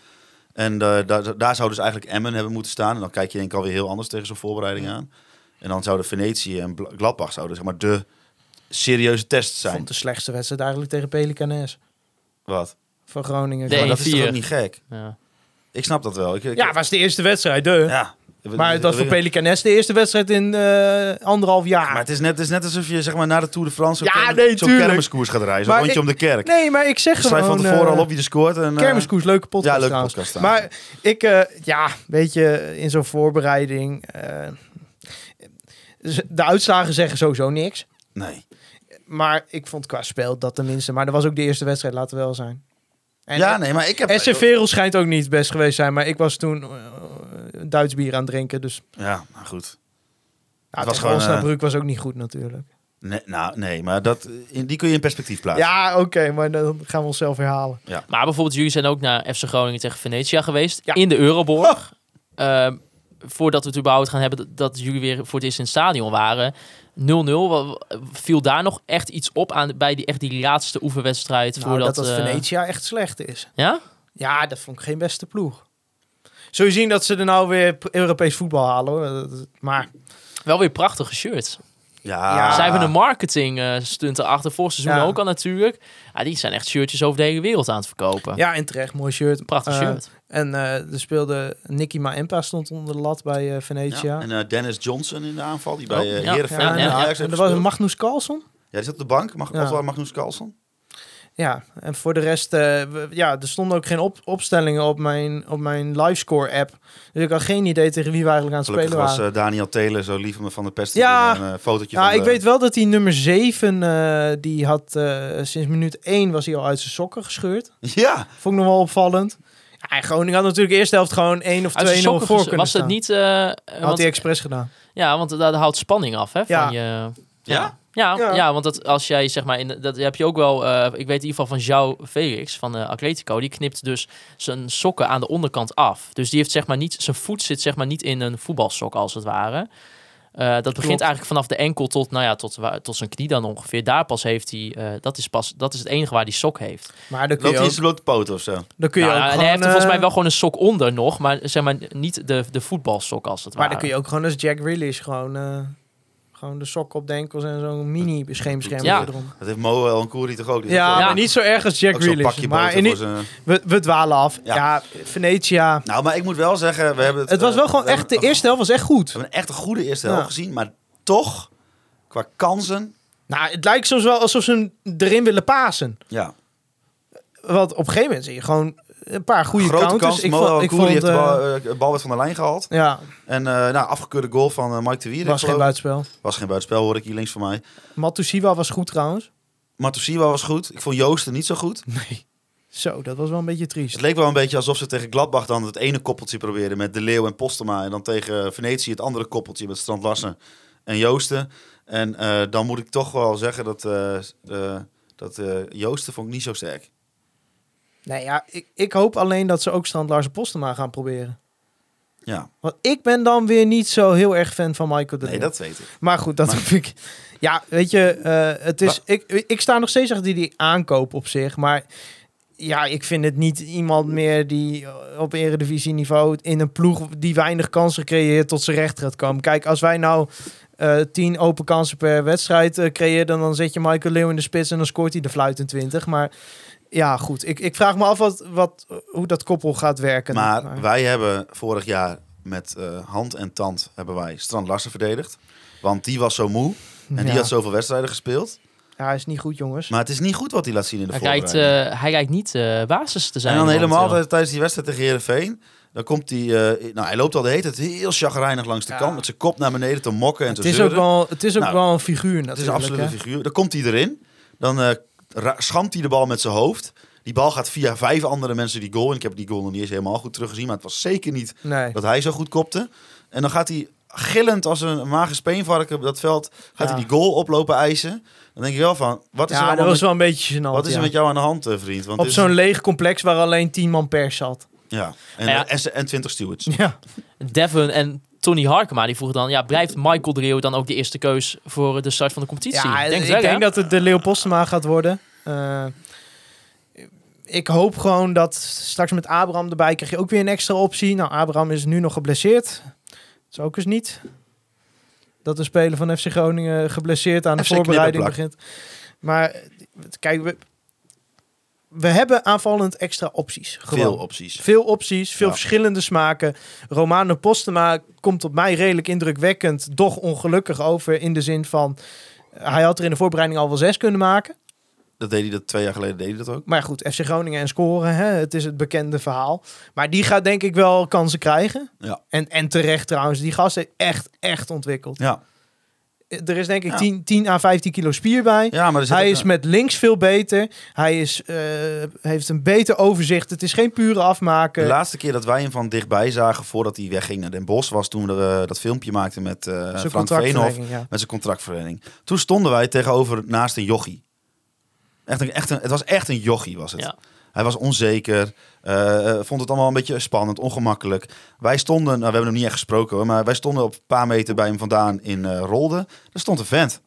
En eh, daar, daar zou dus eigenlijk Emmen hebben moeten staan. En dan kijk je denk ik alweer heel anders tegen zo'n voorbereiding aan. En dan zouden Venetië en Bla- Gladbach zouden zeg maar de serieuze test
Ik
zijn.
vond de slechtste wedstrijd eigenlijk tegen Pelicanes
Wat?
van Groningen.
Nee.
Maar dat is toch
1-4.
ook niet gek?
Ja.
Ik snap dat wel. Ik, ik-
E Ja, was de eerste wedstrijd, de.
ja.
Maar dat voor Pelicanes de eerste wedstrijd in eh, anderhalf jaar.
Maar het is, net, het is net alsof je zeg maar, na de Tour de France zo'n
Ja,
kermis-
nee,
zo'n
tuurlijk.
kermiskoers gaat rijden. Zo'n
Maar
rondje
ik-
om de kerk.
nee, maar ik zeg
Dus Schrijf
gewoon...
van tevoren
eh,
al op wie er scoort. En, eh,
Kermiskoers, leuke podcast
Ja, leuke
trouwens.
podcast. trouwens.
Maar ik, eh, ja, weet je, in zo'n voorbereiding... eh, de uitslagen zeggen sowieso niks.
Nee.
Maar ik vond qua spel dat tenminste... Maar dat was ook de eerste wedstrijd, laten we wel zijn. En
Ja, nee, maar ik heb...
SC Verel schijnt ook niet het best geweest te zijn. Maar ik was toen eh, Duits bier aan het drinken. Dus
Ja, maar goed.
nou,
was
was
gewoon,
gewoon,
eh,
was ook niet goed natuurlijk.
Nee, nou, nee, maar dat, in, die kun je in perspectief plaatsen.
Ja, oké, maar dan gaan we onszelf herhalen.
Maar bijvoorbeeld jullie zijn ook naar FC Groningen tegen Venetia geweest.
Ja.
In de Euroborg. Ehm, voordat we het überhaupt gaan hebben dat- dat jullie weer voor het eerst in het stadion waren. 0-0. wa- wa- Viel daar nog echt iets op aan, bij die, echt die laatste oefenwedstrijd?
Nou,
voordat,
dat dat
eh,
Venetia echt slecht is.
Ja?
Ja, dat vond ik geen beste ploeg. Zul je zien dat ze er nou weer p- Europees voetbal halen hoor. Dat- dat- Maar
Wel weer prachtige shirts.
Ja.
Ja.
Zij hebben een marketing eh, stunt erachter. Vorig seizoen
Ah. Ja.
ook al natuurlijk. Ah, die zijn echt shirtjes over de hele wereld aan het verkopen.
ja, en terecht, mooi shirt.
Prachtig
Eh,
shirt.
En eh, er speelde Nicky Maempa stond onder de lat bij eh, Venetia.
Ja, En eh, Dennis Johnson in de aanval, die bij
Oh,
eh
ja,
Heerenveen
ja,
en
ja.
Ajax
en
heeft
er was een
gespeeld.
Magnus Carlsen.
Ja, die zat op de bank, mag,
Ja.
ja. Magnus Carlsen.
Ja, en voor de rest, eh, we- ja, er stonden ook geen op opstellingen op mijn, op mijn livescore-app. Dus ik had geen idee tegen wie we eigenlijk aan het
Gelukkig
spelen
was
waren.
eh, Daniel Telen zo lief om me van de pest te
Ja.
doen en een fotootje
Ja,
van
ik
de-
weet wel dat die nummer 7, eh, die had eh, sinds minuut 1 was hij al uit zijn sokken gescheurd.
[LAUGHS] Ja,
Vond ik nog wel opvallend. Ja, en Groningen had natuurlijk eerst de helft gewoon 1 of 2-0
Uit zijn
voor
sokken
kunnen
ges- was dat
staan.
niet... eh, eh,
had
want,
hij expres gedaan.
ja, want dat houdt spanning af hè,
Ja.
van je...
Ja?
Ja, ja,
Ja.
want dat, als jij zeg maar, in, de- dat heb je ook wel, eh, ik weet in ieder geval van João Felix van eh, Atletico, die knipt dus zijn sokken aan de onderkant af. Dus die heeft zeg maar niet, zijn voet zit zeg maar niet in een voetbalsok als het ware. Eh, dat begint eigenlijk vanaf de enkel tot, nou ja, tot, wa- tot zijn knie dan ongeveer. Daar pas heeft hij, eh, dat is pas, dat is het enige waar die sok heeft.
Maar dan kun
loopt
je
hij
ook,
in zijn blote poten of zo.
dan kun je
Nou,
ook
en
gewoon,
hij heeft er volgens mij
eh,
wel gewoon een sok onder nog, maar zeg maar niet de, de voetbalsok als het
Maar
ware.
dan kun je ook gewoon als Jack Grealish gewoon, eh, Gewoon de sokken op de enkels en zo'n mini-scheemscherm
Ja.
erom.
Dat heeft Moel en Koeri toch ook? Die
Ja,
heeft
maar niet zo erg als Jack
ook zo'n
Grealish.
pakje
Maar
boter
in
voor
i-
zijn...
we, we dwalen af. Ja,
Ja.
Venetia.
Nou, maar ik moet wel zeggen, we hebben het...
Het was
eh,
wel gewoon
we
echt, de
hebben-
eerste helft was echt goed.
We hebben een echt een goede eerste helft
Ja.
gezien, maar toch, qua kansen,
Nou, het lijkt soms wel alsof ze hem erin willen pasen.
ja.
Want op een gegeven moment zie je gewoon een paar goede
Grote
counters.
kans, Moel en Koeri heeft de
eh,
bal, eh, de bal werd van de lijn gehaald.
ja,
En eh, nou, afgekeurde goal van eh, Mike de Wier.
was geen buitenspel.
was geen buitenspel, hoor ik hier links van mij.
Matusiwa was goed trouwens.
Matosiwa was goed. Ik vond Joosten niet zo goed.
Zo, dat was wel een beetje triest.
Het leek wel een beetje alsof ze tegen Gladbach dan het ene koppeltje probeerden met De Leeuw en Postema. En dan tegen Venetië het andere koppeltje met Strand Larsen en Joosten. En eh, dan moet ik toch wel zeggen dat, eh, eh, dat eh, Joosten vond ik niet zo sterk.
Nee, ja, ik, ik hoop alleen dat ze ook Strand Larsen Postema gaan proberen.
Ja,
Want ik ben dan weer niet zo heel erg fan van Michael de
nee,
Leeuw.
dat weet ik.
Maar goed, dat
Maar-
vind ik... Ja, weet je, eh, het is, ik, ik sta nog steeds achter die, die aankoop op zich. Maar ja, ik vind het niet iemand meer die eh, op eredivisieniveau... in een ploeg die weinig kansen creëert tot zijn recht gaat komen. Kijk, als wij nou eh tien open kansen per wedstrijd eh creëren... dan zet je Michael Leeuw in de spits en dan scoort hij de fluit in 20. Maar ja, goed. Ik, ik vraag me af wat, wat, hoe dat koppel gaat werken.
Maar wij hebben vorig jaar met eh, hand en tand hebben wij Strand Larsen verdedigd. Want die was zo moe en die
Ja.
had zoveel wedstrijden gespeeld.
Ja, hij is niet goed, jongens.
Maar het is niet goed wat hij laat zien in de
Hij
voorbereiding.
lijkt, eh, hij lijkt niet eh, basis te zijn.
En dan
momenteel.
helemaal tijdens- tijdens die wedstrijd tegen Heerenveen. Dan komt hij... eh, nou, hij loopt al de hele tijd heel chagrijnig langs de
Ja.
kant. Met zijn kop naar beneden te mokken en
het
te
is, ook
zeuren.
wel, het is ook
Nou,
wel een figuur
het is
natuurlijk.
een absolute
hè?
figuur. Dan komt hij erin. Dan eh, ra- schamt hij de bal met zijn hoofd. Die bal gaat via vijf andere mensen die goal. En ik heb die goal nog niet eens helemaal goed teruggezien. Maar het was zeker niet
Nee.
dat hij zo goed kopte. En dan gaat hij gillend als een magisch peenvarken op dat veld. Gaat
Ja.
hij die goal oplopen eisen. Dan denk ik wel van... Wat is, er,
ja, dat
allemaal
was
met,
wel een beetje gênant.
wat is er
ja.
met jou aan de hand, eh, vriend? Want
Op
dit is-
zo'n leeg complex waar alleen 10 man pers zat.
Ja. En, eh,
Nou ja.
en, en 20 stewards.
Ja.
Devon en Tony Harkema die vroegen dan: ja, blijft Michael de Leeuw dan ook de eerste keus voor de start van de competitie?
ja
ik
ik
denk, het wel,
denk
hè?
dat het de Leopoldstema gaat worden. Eh, ik hoop gewoon dat straks met Abraham erbij krijg je ook weer een extra optie. Nou, Abraham is nu nog geblesseerd. Dat is ook eens niet. Dat een speler van FC Groningen geblesseerd aan de
FC
voorbereiding
knipperplak.
begint. Maar eh, kijk, we, we hebben aanvallend extra opties. Gewoon.
Veel opties.
Veel opties, veel
Ja.
verschillende smaken. Romano Postema komt op mij redelijk indrukwekkend, doch ongelukkig over. In de zin van, eh, hij had er in de voorbereiding al wel zes kunnen maken.
Dat deed hij dat twee jaar geleden deed hij dat ook.
Maar goed, FC Groningen en scoren, hè, het is het bekende verhaal. Maar die gaat denk ik wel kansen krijgen.
Ja.
En, en terecht trouwens, die gast heeft echt, echt ontwikkeld.
Ja,
Er is denk ik
Ja.
10, 10 à 15 kilo spier bij.
ja maar er zit
Hij
ook
is
een-
met links veel beter. Hij is, eh, heeft een beter overzicht. Het is geen pure afmaken.
de laatste keer dat wij hem van dichtbij zagen voordat hij wegging naar Den Bosch was toen we dat filmpje maakten met eh,
Zijn
Frank Veenhoff
contractverlenging, ja.
met zijn contractverlening. Toen stonden wij tegenover naast een jochie. Echt een, echt een, het was echt een jochie was het.
Ja.
Hij was onzeker, eh, eh, vond het allemaal een beetje spannend, ongemakkelijk. Wij stonden, nou, we hebben hem niet echt gesproken hoor, maar wij stonden op een paar meter bij hem vandaan in eh Rolde. Daar stond een vent.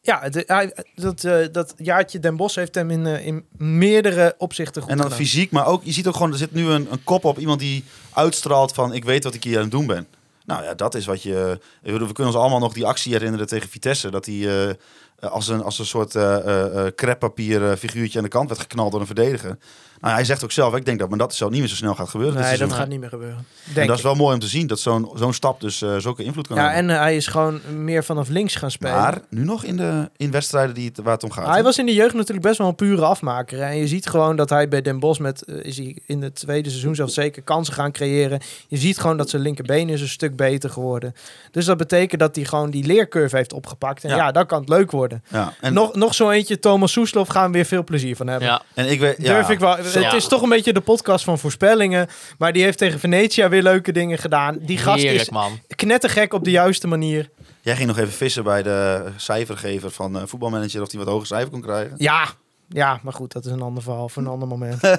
Ja, het- hij, dat, eh, dat jaartje Den Bos heeft hem in, eh, in meerdere opzichten goed
En dan
gedaan.
fysiek, maar ook, je ziet ook gewoon, er zit nu een, een kop op iemand die uitstraalt van ik weet wat ik hier aan het doen ben. Nou ja, dat is wat je. ik bedoel, We kunnen ons allemaal nog die actie herinneren tegen Vitesse. Dat hij eh, als, een, als een soort eh eh, eh, kreppapier eh, figuurtje aan de kant werd geknald door een verdediger. Nou, ja, hij zegt ook zelf, ik denk dat maar dat zo niet meer zo snel gaat gebeuren. dit
nee, dat
seizoen.
gaat niet meer gebeuren.
en
Denk
dat is
ik.
wel mooi om te zien dat zo'n zo'n stap dus eh, zulke invloed kan
ja,
hebben.
en eh, hij is gewoon meer vanaf links gaan spelen.
maar nu nog in, de, in wedstrijden die het, waar het om gaat.
hij
hè?
was in de jeugd natuurlijk best wel een pure afmaker. hè. En je ziet gewoon dat hij bij Den Bos met, eh, is hij in het tweede seizoen zelf zeker kansen gaan creëren. Je ziet gewoon dat zijn linkerbeen is een stuk beter geworden. Dus dat betekent dat hij gewoon die leercurve heeft opgepakt. En ja,
Ja.
dan kan het leuk worden.
ja, en,
nog, nog zo eentje, Thomas Soeslof, gaan we weer veel plezier van hebben.
Ja.
en ik weet, ja,
Durf ik wel.
Zo.
Het is toch een beetje de podcast van voorspellingen. Maar die heeft tegen Venetia weer leuke dingen gedaan. Die gast
Heerlijk,
is
man.
knettergek op de juiste manier.
Jij ging nog even vissen bij de cijfergever van eh, voetbalmanager of die wat hoger cijfer kon krijgen.
Ja. Ja, maar goed, dat is een ander verhaal voor een ander
[LAUGHS]
moment.
Nou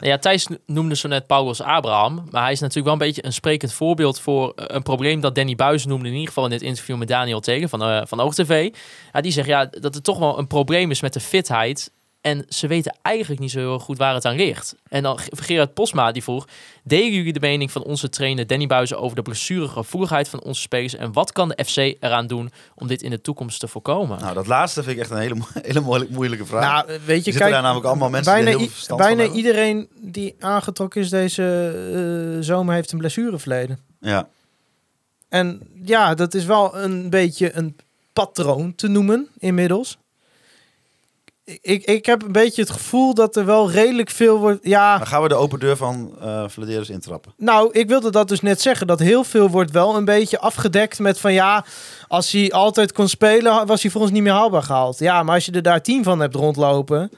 Ja, Thijs noemde zo net Paulus Abraham. Maar hij is natuurlijk wel een beetje een sprekend voorbeeld voor eh, een probleem dat Danny Buis noemde. In ieder geval in dit interview met Daniel Tegen van, eh van OogTV. Ja, die zegt ja, dat het toch wel een probleem is met de fitheid En ze weten eigenlijk niet zo heel goed waar het aan ligt. En dan G- Gerard Posma die vroeg: Delen jullie de mening van onze trainer Danny Buizen over de blessuregevoeligheid van onze spelers? En wat kan de FC eraan doen om dit in de toekomst te voorkomen?
Nou, dat laatste vind ik echt een hele, mo- [LAUGHS] hele moeilijk- moeilijke vraag.
Nou, weet je,
zitten
kijk,
daar namelijk allemaal mensen die
bijna,
er heel
i-
verstand van
bijna
hebben.
iedereen die aangetrokken is deze eh, zomer heeft een blessureverleden.
ja.
En ja, dat is wel een beetje een patroon te noemen inmiddels. Ik, ik heb een beetje het gevoel dat er wel redelijk veel wordt. Ja,
Dan gaan we de open deur van eh Vladeris intrappen.
nou, ik wilde dat dus net zeggen. Dat heel veel wordt wel een beetje afgedekt met van ja, als hij altijd kon spelen, was hij voor ons niet meer haalbaar gehaald. Ja, maar als je er daar tien van hebt rondlopen.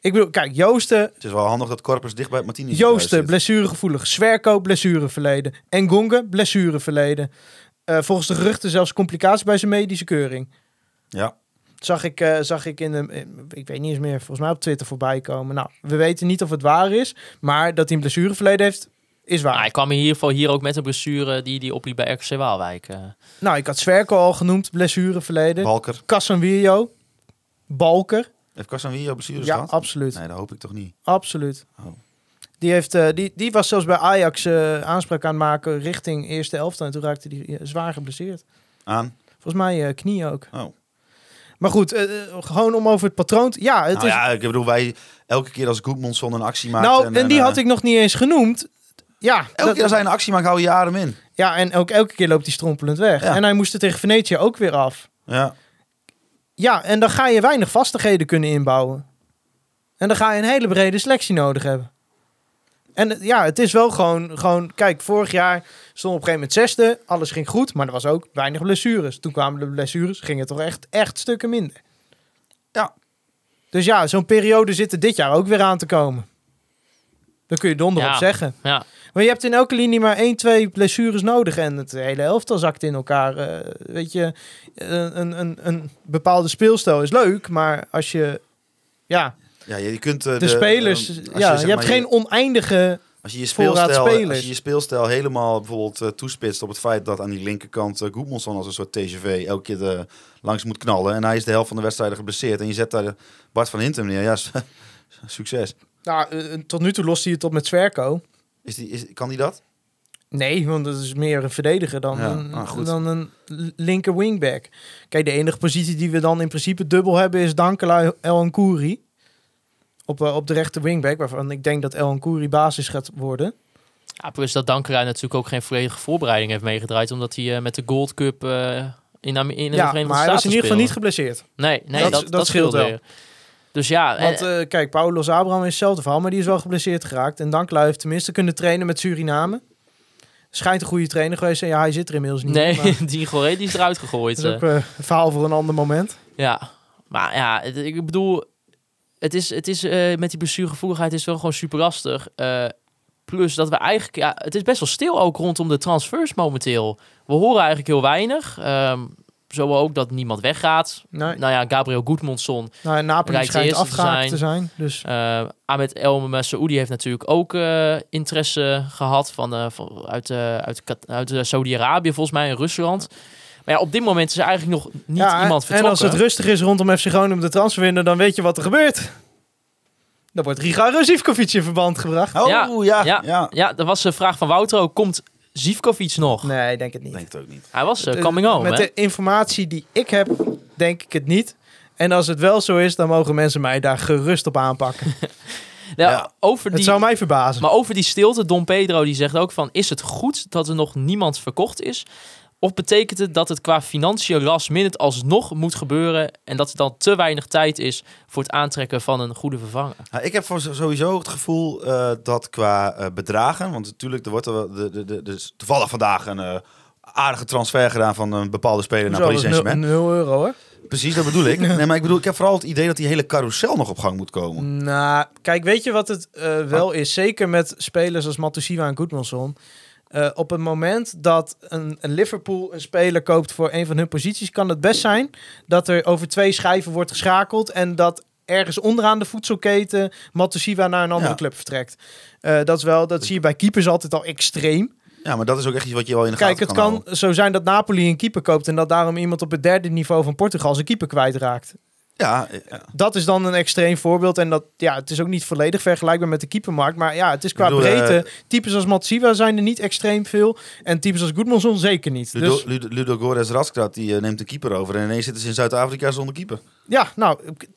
Ik bedoel, kijk, Joosten
Het is wel handig dat Corpus dicht bij Martini
Joosten, blessuregevoelig. Zwerko, blessureverleden. En Gonge, blessureverleden. Eh, volgens de geruchten zelfs complicaties bij zijn medische keuring.
Ja.
Zag ik, eh, zag ik in de. in- Ik weet niet eens meer, volgens mij op Twitter voorbij komen. Nou, we weten niet of het waar is. Maar dat hij een blessureverleden heeft, is waar.
Nou, hij kwam in ieder geval hier ook met een blessure die die opliep bij RKC Waalwijk. eh.
Nou, ik had Zwerko al genoemd, blessureverleden.
Balker.
Casanwiro, Balker.
Heeft Casanwiro blessures
Ja,
gehad?
absoluut.
Nee, dat hoop ik toch niet.
Absoluut.
Oh.
Die, heeft, eh, die, die was zelfs bij Ajax eh, aanspraak aan het maken richting eerste elftal. En toen raakte hij zwaar geblesseerd.
Aan.
Volgens mij eh knie ook.
Oh.
Maar goed, eh, eh, gewoon om over het patroon. te- Ja, het
nou
is.
ja, ik bedoel, wij elke keer als Goedmondson een actie maakt...
nou, en, die
eh,
had ik nog niet eens genoemd. Ja,
Elke
dat-
keer als hij een actie maakt, hou je je adem in.
ja en ook elke keer loopt hij strompelend weg.
Ja.
En hij moest er tegen Venetië ook weer af.
Ja.
Ja, en dan ga je weinig vastigheden kunnen inbouwen. En dan ga je een hele brede selectie nodig hebben. En eh, ja, het is wel gewoon, gewoon... Kijk, vorig jaar stond op een gegeven moment zesde. Alles ging goed, maar er was ook weinig blessures. Toen kwamen de blessures, ging het toch echt, echt stukken minder.
Ja.
Dus ja, zo'n periode zit er dit jaar ook weer aan te komen. Dan kun je donder
Ja.
op zeggen.
Ja.
Maar je hebt in elke linie maar één, twee blessures nodig. En het hele elftal zakt in elkaar. Eh, weet je, een, een, een, een bepaalde speelstijl is leuk. Maar als je. Ja,
Ja, je, je kunt... eh,
de, spelers.
eh, als
ja,
je,
je,
zeg
hebt
maar,
geen oneindige.
Als je je
voorraad
speelstijl,
spelers.
als je je speelstijl helemaal bijvoorbeeld eh, toespitst op het feit dat aan die linkerkant uh, als een soort TGV elke keer eh, langs moet knallen. En hij is de helft van de wedstrijden geblesseerd. En je zet daar eh, Bart van Hintem neer. Ja, [LAUGHS] s- succes.
Nou, eh, tot nu toe lost hij het op met Zwerko.
Is die, is, kan die dat?
Nee, want dat is meer een verdediger dan,
Ja,
een,
ah, goed.
dan een l- linker wingback. Kijk, de enige positie die we dan in principe dubbel hebben is Dankela El Ancoury. Op, eh, op de rechter wingback, waarvan ik denk dat El Ancoury basis gaat worden.
Ja, plus dat Dankerij natuurlijk ook geen volledige voorbereiding heeft meegedraaid, omdat hij eh, met de Gold Cup eh, in, Am- in de
ja,
Verenigde
maar hij was
Staten
in ieder geval
speelde.
niet geblesseerd.
Nee, nee
Dat-
dat, dat, scheelt
dat scheelt
wel.
wel.
Dus ja, en-
Want eh, kijk, Paulos Abraham is hetzelfde verhaal, maar die is wel geblesseerd geraakt. En Dankla heeft tenminste kunnen trainen met Suriname. Schijnt een goede trainer geweest zijn. Ja, hij zit er inmiddels niet.
nee, [LAUGHS]
maar dat
die Goré die is eruit
[LAUGHS]
gegooid.
is
eh.
ook eh, een verhaal voor een ander moment.
Ja, maar ja, het- ik bedoel, het is, het is eh, met die blessuregevoeligheid is wel gewoon super lastig. Eh, plus dat we eigenlijk, ja, het is best wel stil ook rondom de transfers momenteel. We horen eigenlijk heel weinig. Ehm, zo ook dat niemand weggaat.
Nee,
Nou ja, Gabriel Goedmondson
nou, Napoli
Rijkt de
schijnt
eerste te
afgehaakt
zijn.
te zijn. Dus
Eh, Ahmed El Saoudi heeft natuurlijk ook eh, interesse gehad van, eh, van- uit, eh, uit, Kat- uit eh, Saudi-Arabië, volgens mij in Rusland. Maar ja, op dit moment is er eigenlijk nog niet
ja,
iemand
en
vertrokken.
als het rustig is rondom FC Groningen de transfer winnen, dan weet je wat er gebeurt. Dan wordt Riga Rozivkovic in verband gebracht.
Oh,
Ja,
ja. ja,
ja. ja, dat was de vraag van Wouter ook. Komt Zivkovic nog?
Nee, ik denk het niet.
Denk het ook niet.
Hij was eh,
Eh,
coming home,
Met
hè?
de informatie die ik heb, denk ik het niet. En als het wel zo is, dan mogen mensen mij daar gerust op aanpakken.
Nou,
ja.
over
Het
die,
zou mij verbazen.
Maar over die stilte, Don Pedro die zegt ook van... is het goed dat er nog niemand verkocht is? Of betekent het dat het qua financiën last minute alsnog moet gebeuren... en dat er dan te weinig tijd is voor het aantrekken van een goede vervanger?
Nou, ik heb voor zo- sowieso het gevoel eh, dat qua eh, bedragen, want natuurlijk er wordt er wel- de, de, de, dus toevallig vandaag een eh, aardige transfer gedaan van een bepaalde speler naar
Hoezo,
Paris
dat is nul-
Saint-Germain.
nul euro hoor.
Precies, dat bedoel ik.
[LAUGHS]
Nee, maar ik bedoel, ik heb vooral het idee dat die hele carousel nog op gang moet komen.
Nou, kijk, weet je wat het eh, wel is? Zeker met spelers als Matusiwa en Goodmanson. Eh, op het moment dat een, een Liverpool een speler koopt voor een van hun posities, kan het best zijn dat er over twee schijven wordt geschakeld en dat ergens onderaan de voedselketen Matusiwa naar een andere
Ja.
club vertrekt. Eh, dat is wel, dat zie je bij keepers altijd al extreem.
Ja, maar dat is ook echt iets wat je wel in de
Kijk,
gaten
het
kan
kan zo zijn dat Napoli een keeper koopt en dat daarom iemand op het derde niveau van Portugal zijn keeper kwijtraakt.
Ja, eh, ja.
Dat is dan een extreem voorbeeld. En dat, ja, het is ook niet volledig vergelijkbaar met de keepermarkt. Maar ja, het is qua
bedoel, eh,
breedte. types als Matsiwa zijn er niet extreem veel. En types als Goodmanson zeker niet.
Ludo,
Dus
Ludo, Ludo Gores Raskrat die eh, neemt een keeper over. En ineens zitten ze in Zuid-Afrika zonder keeper.
ja, nou, ik-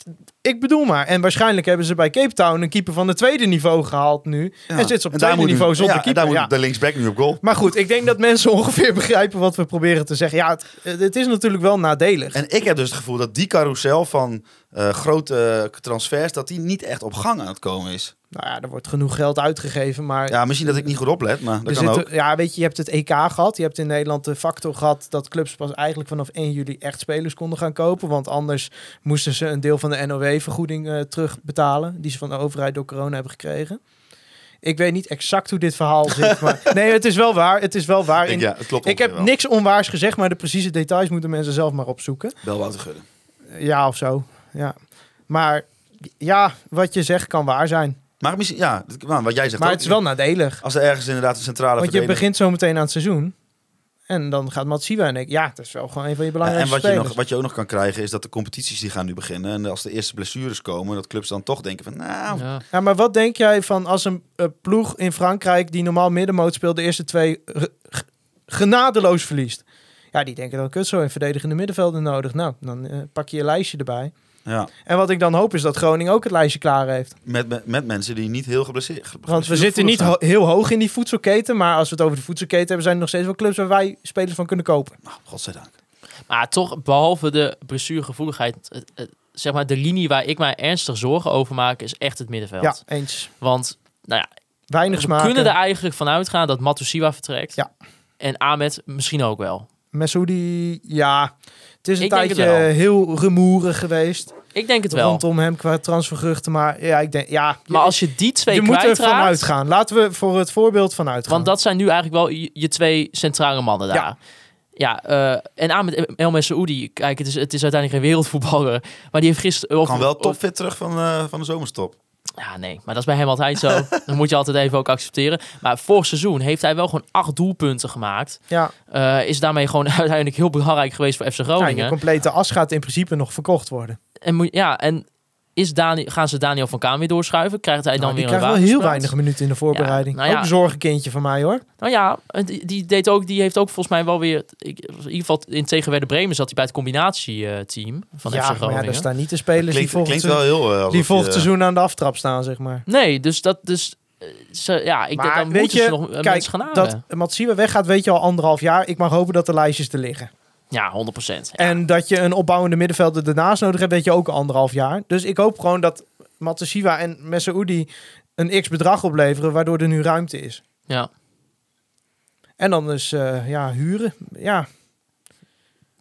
ik bedoel maar. En waarschijnlijk hebben ze bij Cape Town een keeper van het tweede niveau gehaald nu.
Ja.
En zit ze op het
En daar
tweede
moet
niveau
nu-
zonder
ja, en
keeper.
daar
ja.
moet de linksback nu op goal.
Maar goed, ik denk dat mensen [LAUGHS] ongeveer begrijpen wat we proberen te zeggen. Ja, het, het is natuurlijk wel nadelig.
En ik heb dus het gevoel dat die carousel van eh, grote transfers... dat die niet echt op gang aan het komen is.
Nou ja, er wordt genoeg geld uitgegeven, maar...
Ja, misschien dat ik niet goed oplet, maar dat
er
kan ook.
zitten- ja, weet je, je hebt het EK gehad. Je hebt in Nederland de factor gehad dat clubs pas eigenlijk vanaf 1 juli echt spelers konden gaan kopen. Want anders moesten ze een deel van de NOW-vergoeding eh, terugbetalen. Die ze van de overheid door corona hebben gekregen. Ik weet niet exact hoe dit
[LAUGHS]
verhaal zit. maar nee, het is wel waar. Het is wel waar. In-
Ik, ja, het klopt
ik heb
ongeveer wel.
niks onwaars gezegd, maar de precieze details moeten mensen zelf maar opzoeken.
Bel Wouter Gudde.
Ja, of zo. Ja. Maar ja, wat je zegt kan waar zijn.
Maar misschien, ja, dat- nou, wat jij zegt
Maar
ook.
het is wel nadelig.
Als er ergens inderdaad een centrale
Want je
verdediger-
begint zo meteen aan het seizoen. En dan gaat Matsiwa en ik. Ja, dat is wel gewoon een van je
Ja, en
belangrijkste
wat je, nog,
spelers.
wat je ook nog kan krijgen is dat de competities die gaan nu beginnen. En als de eerste blessures komen, dat clubs dan toch denken van... Nou,
Ja.
Ja, maar wat denk jij van als een eh, ploeg in Frankrijk die normaal middenmoot speelt, de eerste twee eh, g- genadeloos verliest? Ja, die denken dan kut zo in verdedigende middenvelden nodig. Nou, dan eh, pak je je lijstje erbij.
ja,
En wat ik dan hoop is dat Groningen ook het lijstje klaar heeft.
met, met, met mensen die niet heel geblesseerd
Want we
geblesseerd
zitten niet ho-
voelen
heel hoog in die voedselketen. Maar als we het over de voedselketen hebben, zijn er nog steeds wel clubs waar wij spelers van kunnen kopen.
staan. Nou, godzijdank.
Maar toch, behalve de blessuregevoeligheid, het- het- zeg maar de linie waar ik mij ernstig zorgen over maak, is echt het middenveld.
Ja, eens.
Want, nou ja,
Weinig
we
smaak.
kunnen er eigenlijk van uitgaan dat Matusiwa vertrekt.
Ja.
En Ahmed misschien ook wel.
Messoudi, ja. Het is een
Ik denk het
tijdje
wel.
heel rumoerig geweest
Ik denk het wel.
rondom hem qua transfergeruchten. Maar ja, ik denk, ja.
maar als je die twee
je moet er
kwijtraakt,
vanuit gaan. Laten we voor het voorbeeld vanuit gaan.
want dat zijn nu eigenlijk wel je, je twee centrale mannen daar.
Ja.
Ja. eh, en Ahmed El Messaoudi, kijk, het is, het is uiteindelijk geen wereldvoetballer. Maar die heeft gisteren... of-
Kan wel
of-
topfit terug van, eh, van de
Dus
zomerstop.
Ja, nee, maar dat is bij hem altijd
[LAUGHS]
zo. dat moet je altijd even ook accepteren. Maar vorig seizoen heeft hij wel gewoon acht doelpunten gemaakt.
ja.
Eh, is daarmee gewoon [LAUGHS] uiteindelijk heel belangrijk geweest voor FC
Ja,
Groningen.
nou, je complete as gaat in principe nog verkocht worden.
en, moet- ja, en is Dani, gaan ze Daniel van Kaan weer doorschuiven? Krijgt hij dan
Nou, die
weer een
krijgt wel heel
basisplaats?
weinig minuten in de voorbereiding.
Ja, nou ja.
Ook een zorgenkindje van mij hoor.
Nou ja, eh, die, die deed ook, die heeft ook volgens mij wel weer... ik- in ieder geval in tegen Werder Bremen zat hij bij het combinatieteam eh, van FC
ja, maar ja,
Groningen.
daar staan niet de spelers
Klinkt,
die volgend,
klinkt wel
seizoen,
heel... eh, alsof
die volgend
je-
seizoen aan de aftrap staan, zeg maar.
Nee, dus dat... Dus, eh, ze, ja, ik denk
maar
dan
weet
moeten
je,
ze nog eh,
kijk,
mensen gaan halen.
dat Matsiwa weggaat, weet je al anderhalf jaar. Ik mag hopen dat de lijstjes er liggen.
Ja, 100 procent.
En dat je een opbouwende middenvelder daarnaast nodig hebt, weet je ook anderhalf jaar. Dus ik hoop gewoon dat Matasiwa en Messaoudi een x bedrag opleveren, waardoor er nu ruimte is.
ja.
En dan is eh, ja, huren. Ja,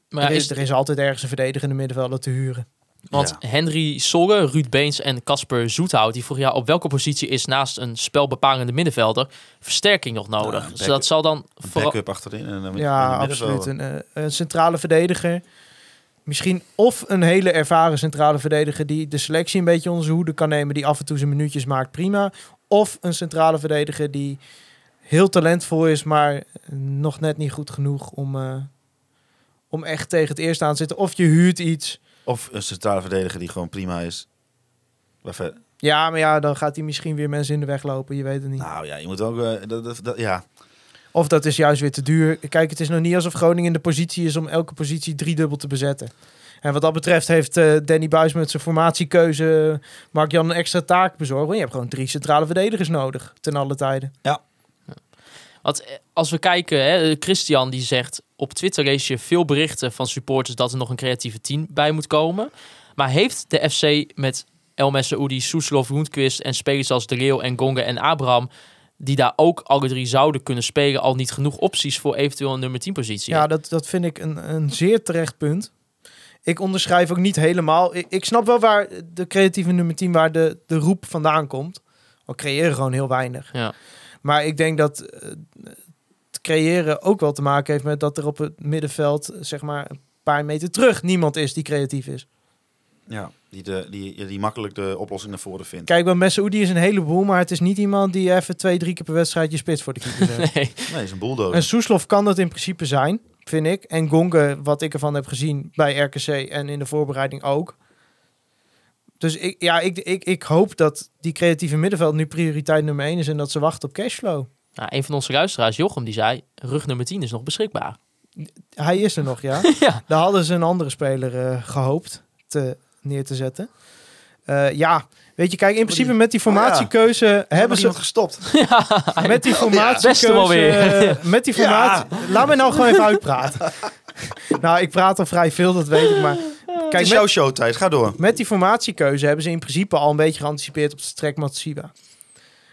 Maar
er,
ja,
is,
is,
er is altijd ergens een verdedigende middenvelder te huren.
Want Henry Solge, Ruud Beens en Casper Zoethout... die vroeg ja, op welke positie is naast een spelbepalende middenvelder... versterking nog nodig? dus
een backup.
dat zal dan...
Een
vooral-
backup achterin. En, dan met-
ja,
met een
absoluut.
middenvelder.
Een, eh, een centrale verdediger. Misschien of een hele ervaren centrale verdediger die de selectie een beetje onder zijn hoede kan nemen, die af en toe zijn minuutjes maakt, prima. Of een centrale verdediger die heel talentvol is, maar nog net niet goed genoeg om, eh, om echt tegen het eerste aan te zitten. Of je huurt iets.
Of een centrale verdediger die gewoon prima is. Maar ver-
Ja, maar ja, dan gaat hij misschien weer mensen in de weg lopen. Je weet het niet.
Nou ja, je moet ook... eh, dat, dat, dat- ja.
Of dat is juist weer te duur. Kijk, het is nog niet alsof Groningen in de positie is om elke positie driedubbel te bezetten. En wat dat betreft heeft eh, Danny Buis met zijn formatiekeuze Mark Jan een extra taak bezorgd. Want je hebt gewoon drie centrale verdedigers nodig ten alle tijden.
Want eh, als we kijken, hè, eh, Christian die zegt... op Twitter lees je veel berichten van supporters... dat er nog een creatieve team bij moet komen. Maar heeft de FC met El Messaoudi, Soeslof, Roentquist... en spelers als De Leeuw en Gonga en Abraham... die daar ook alle drie zouden kunnen spelen... al niet genoeg opties voor eventueel een nummer 10 positie?
Ja, dat, dat vind ik een, een zeer terecht punt. Ik onderschrijf ook niet helemaal. Ik, ik snap wel waar de creatieve nummer 10, waar de, de roep vandaan komt. We creëren gewoon heel weinig.
Ja.
Maar ik denk dat eh, het creëren ook wel te maken heeft met dat er op het middenveld, eh, zeg maar, een paar meter terug niemand is die creatief is.
Ja, die, de, die, die makkelijk de oplossing naar voren vindt.
Kijk, bij Messaoudi is een heleboel, maar het is niet iemand die even twee, drie keer per wedstrijd je spits voor de keeper zet.
Nee.
Nee, is een bulldozer.
En Soeslof kan dat in principe zijn, vind ik. En Gonge, wat ik ervan heb gezien bij RKC en in de voorbereiding ook. Dus ik, ja, ik, ik, ik hoop dat die creatieve middenveld nu prioriteit nummer 1 is en dat ze wachten op cashflow.
Nou, een van onze luisteraars, Jochem, die zei... rug nummer 10 is nog beschikbaar.
Hij is er nog, ja.
ja.
Daar hadden ze een andere speler eh, gehoopt te, neer te zetten. Eh, ja, weet je, kijk, in principe met die formatiekeuze hebben ze...
het gestopt?
Met die
Ja,
formatiekeuze...
best wel weer.
eh, met die formatie... Laat me nou gewoon even
[LAUGHS]
uitpraten. nou, ik praat al vrij veel, dat weet ik, maar...
Het
Kijk,
is
met,
jouw show, Thijs. Ga door.
met die formatiekeuze hebben ze in principe al een beetje geanticipeerd op de trek Matsiba.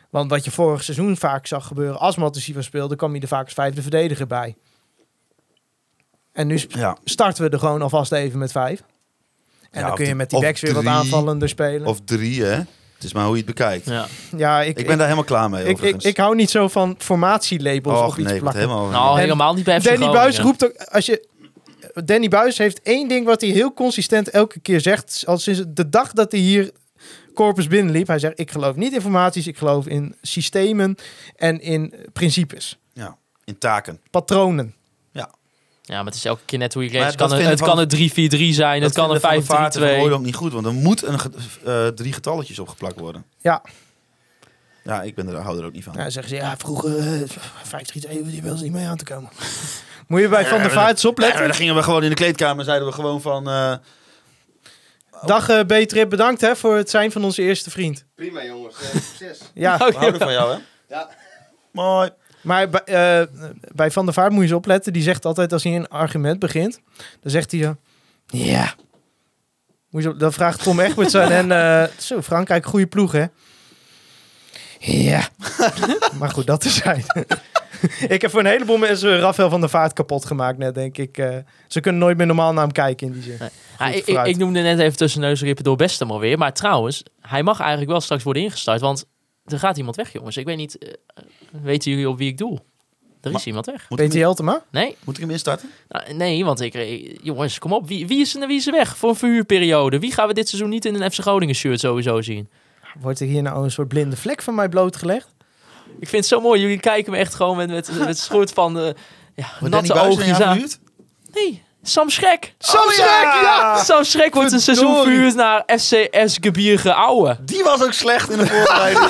Want wat je vorig seizoen vaak zag gebeuren, als Matsiba speelde, kwam hij er vaak als vijfde verdediger bij. En nu sp-
Ja.
starten we er gewoon alvast even met vijf. En
Ja,
dan
of
kun je
d-
met die
of
backs weer wat
drie,
aanvallender spelen.
Of drie, hè? Het is maar hoe je het bekijkt.
ja.
ja, ik,
Ik ben daar helemaal klaar mee,
ik, ik,
overigens.
ik hou niet zo van formatielabels
Och,
of iets
nee, ik word
plakken.
helemaal...
Nou,
En
helemaal niet bij FC
Danny
Groningen.
Buis roept ook... Als je, Danny Buis heeft één ding wat hij heel consistent elke keer zegt. Al sinds de dag dat hij hier Corpus binnenliep. Hij zegt, ik geloof niet in formaties. Ik geloof in systemen en in principes.
Ja, in taken.
Patronen.
Ja, maar het is elke keer net hoe je
Maar
leest. Het
dat
kan een,
vinden
het
van-
kan een 3-4-3 zijn, het kan een 5-4-2.
Dat ook niet goed, want er moet een ge- eh, drie getalletjes opgeplakt worden.
Ja.
Ja, ik ben er, hou er ook niet van.
Ja, Nou, dan zeggen ze, ja, vroeger eh, 5-3-2, die wil ze niet mee aan te komen. Moet je bij Van der Vaart eens
Ja,
opletten.
dan gingen we gewoon in de kleedkamer en zeiden we gewoon van... eh,
Dag eh B-Trip, bedankt hè, voor het zijn van onze eerste vriend.
Prima jongens, Eh, succes.
[LAUGHS]
Ja,
we houden van jou, hè?
Ja.
Mooi.
Maar bij, eh, bij Van der Vaart moet je eens opletten. Die zegt altijd als hij een argument begint, dan zegt hij zo, ja. Moet je eens op- Dan vraagt Tom Egberts aan [LAUGHS] en eh, zo, Frankrijk, goede ploeg hè. [LAUGHS] Ja. maar goed, dat is hij. [LAUGHS] ik heb voor een heleboel mensen Rafael van der Vaart kapot gemaakt net, denk ik. Eh, ze kunnen nooit meer normaal naar hem kijken in die zin.
Ja, ik, ik,
vooruit.
ik noemde net even tussen neus en lippen door Bestem alweer. Maar trouwens, hij mag eigenlijk wel straks worden ingestart. Want er gaat iemand weg, jongens. Ik weet niet, eh, weten jullie op wie ik doel? Er is
Maar-
iemand weg.
Moet ik,
Peter
hem,
Jeltema?
Nee,
moet ik hem instarten?
Nou, nee, want ik, eh, jongens, kom op. Wie, wie is er en wie is er weg voor een verhuurperiode? Wie gaan we dit seizoen niet in een FC Groningen shirt sowieso zien?
Wordt er hier nou een soort blinde vlek van mij blootgelegd?
Ik vind het zo mooi. Jullie kijken me echt gewoon met met, met soort van eh, ja, natte oogjes aan. Nee, Sam Schrek. Oh,
Sam Schrek, ja!
Sam Schrek wordt een seizoen
Verdorie.
verhuurd naar FCS Gebierge Ouwe.
Die was ook slecht in de voorbereiding.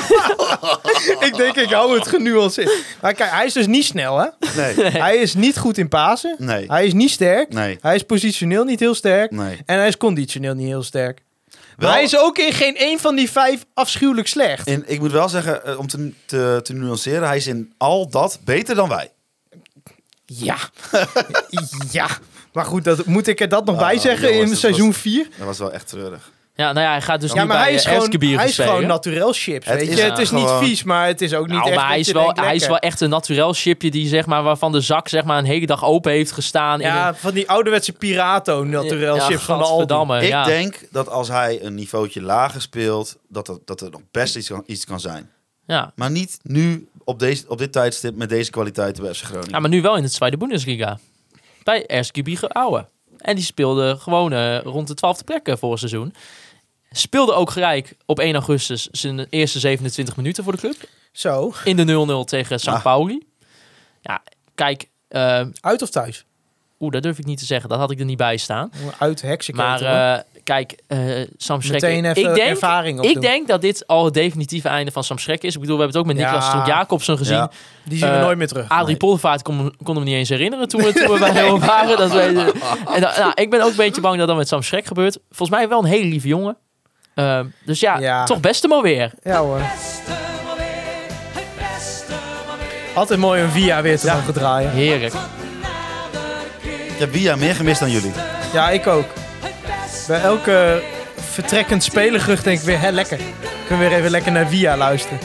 [LAUGHS] ik denk, ik hou het genuanceerd. Maar kijk, hij is dus niet snel, [LAUGHS] hè?
[LAUGHS] Nee.
Hij is niet goed in Pasen.
Nee.
Hij is niet sterk.
Nee.
Hij is positioneel niet heel sterk.
Nee.
En hij is conditioneel niet heel sterk.
Wel-
Maar hij is ook in geen één van die vijf afschuwelijk slecht.
En ik moet wel zeggen, eh, om te, te, te nuanceren, hij is in al dat beter dan wij.
Ja. [LAUGHS] ja. Maar goed, dat, moet ik er dat nog bij
Ah,
zeggen
jongens,
in
dat
seizoen 4?
Dat was wel echt treurig.
Ja, nou ja, hij gaat dus
Ja,
niet
maar hij
bij
is
eh,
gewoon,
Eskebierge
hij is
spelen.
gewoon naturel chips,
Het
weet
is
je. Het is niet
gewoon-
vies, maar het is ook niet
Nou,
echt
maar
dat
hij is,
je
wel,
denkt,
hij is wel
lekker.
echt een naturel shipje die, zeg maar, waarvan de zak zeg maar, een hele dag open heeft gestaan. in
Ja,
een,
van die ouderwetse pirato naturel
Ja,
chips van de Aldi.
gadverdamme, ja.
ik denk dat als hij een niveautje lager speelt, dat, dat, dat er nog best iets kan, iets kan zijn.
Ja.
Maar niet nu, op, deze, op dit tijdstip, met deze kwaliteit bij FC Groningen.
ja, maar nu wel in de Tweede Bundesliga. Bij Eskebierge Ouwe. En die speelde gewoon eh, rond de twaalfde plek eh, vorig seizoen. Speelde ook gelijk op 1 augustus zijn eerste 27 minuten voor de club.
Zo,
In de 0-0 tegen St.
Ah.
Pauli. Ja, kijk. eh,
uit of thuis?
Oeh, dat durf ik niet te zeggen. Dat had ik er niet bij staan.
Uit heksen.
Maar eh, kijk, eh, Sam Schreck...
meteen even
ik denk,
ervaring op
Ik denk dat dit al het definitieve einde van Sam Schrek is. Ik bedoel, we hebben het ook met
Ja.
Niklas Stroek Jacobsen gezien.
Ja.
Die zien we
eh,
nooit meer terug.
Adrie Poldervaart kon, kon hem niet eens herinneren toen we, toen we bij
[LAUGHS]
hem waren. Dat weet je. en, dan- nou, ik ben ook een beetje bang dat dat met Sam Schrek gebeurt. Volgens mij wel een hele lieve jongen. Ehm, dus ja,
Ja.
toch best hem alweer.
Ja hoor.
beste alweer, het beste alweer.
Altijd mooi een via weer te mogen draaien.
Heerlijk.
Tot een andere keer.
Ik heb Via meer gemist dan jullie.
Ja, ik ook.
Het beste
Bij elke vertrekkend spelerrug denk ik weer, hè, lekker. Kunnen we weer even lekker naar via luisteren.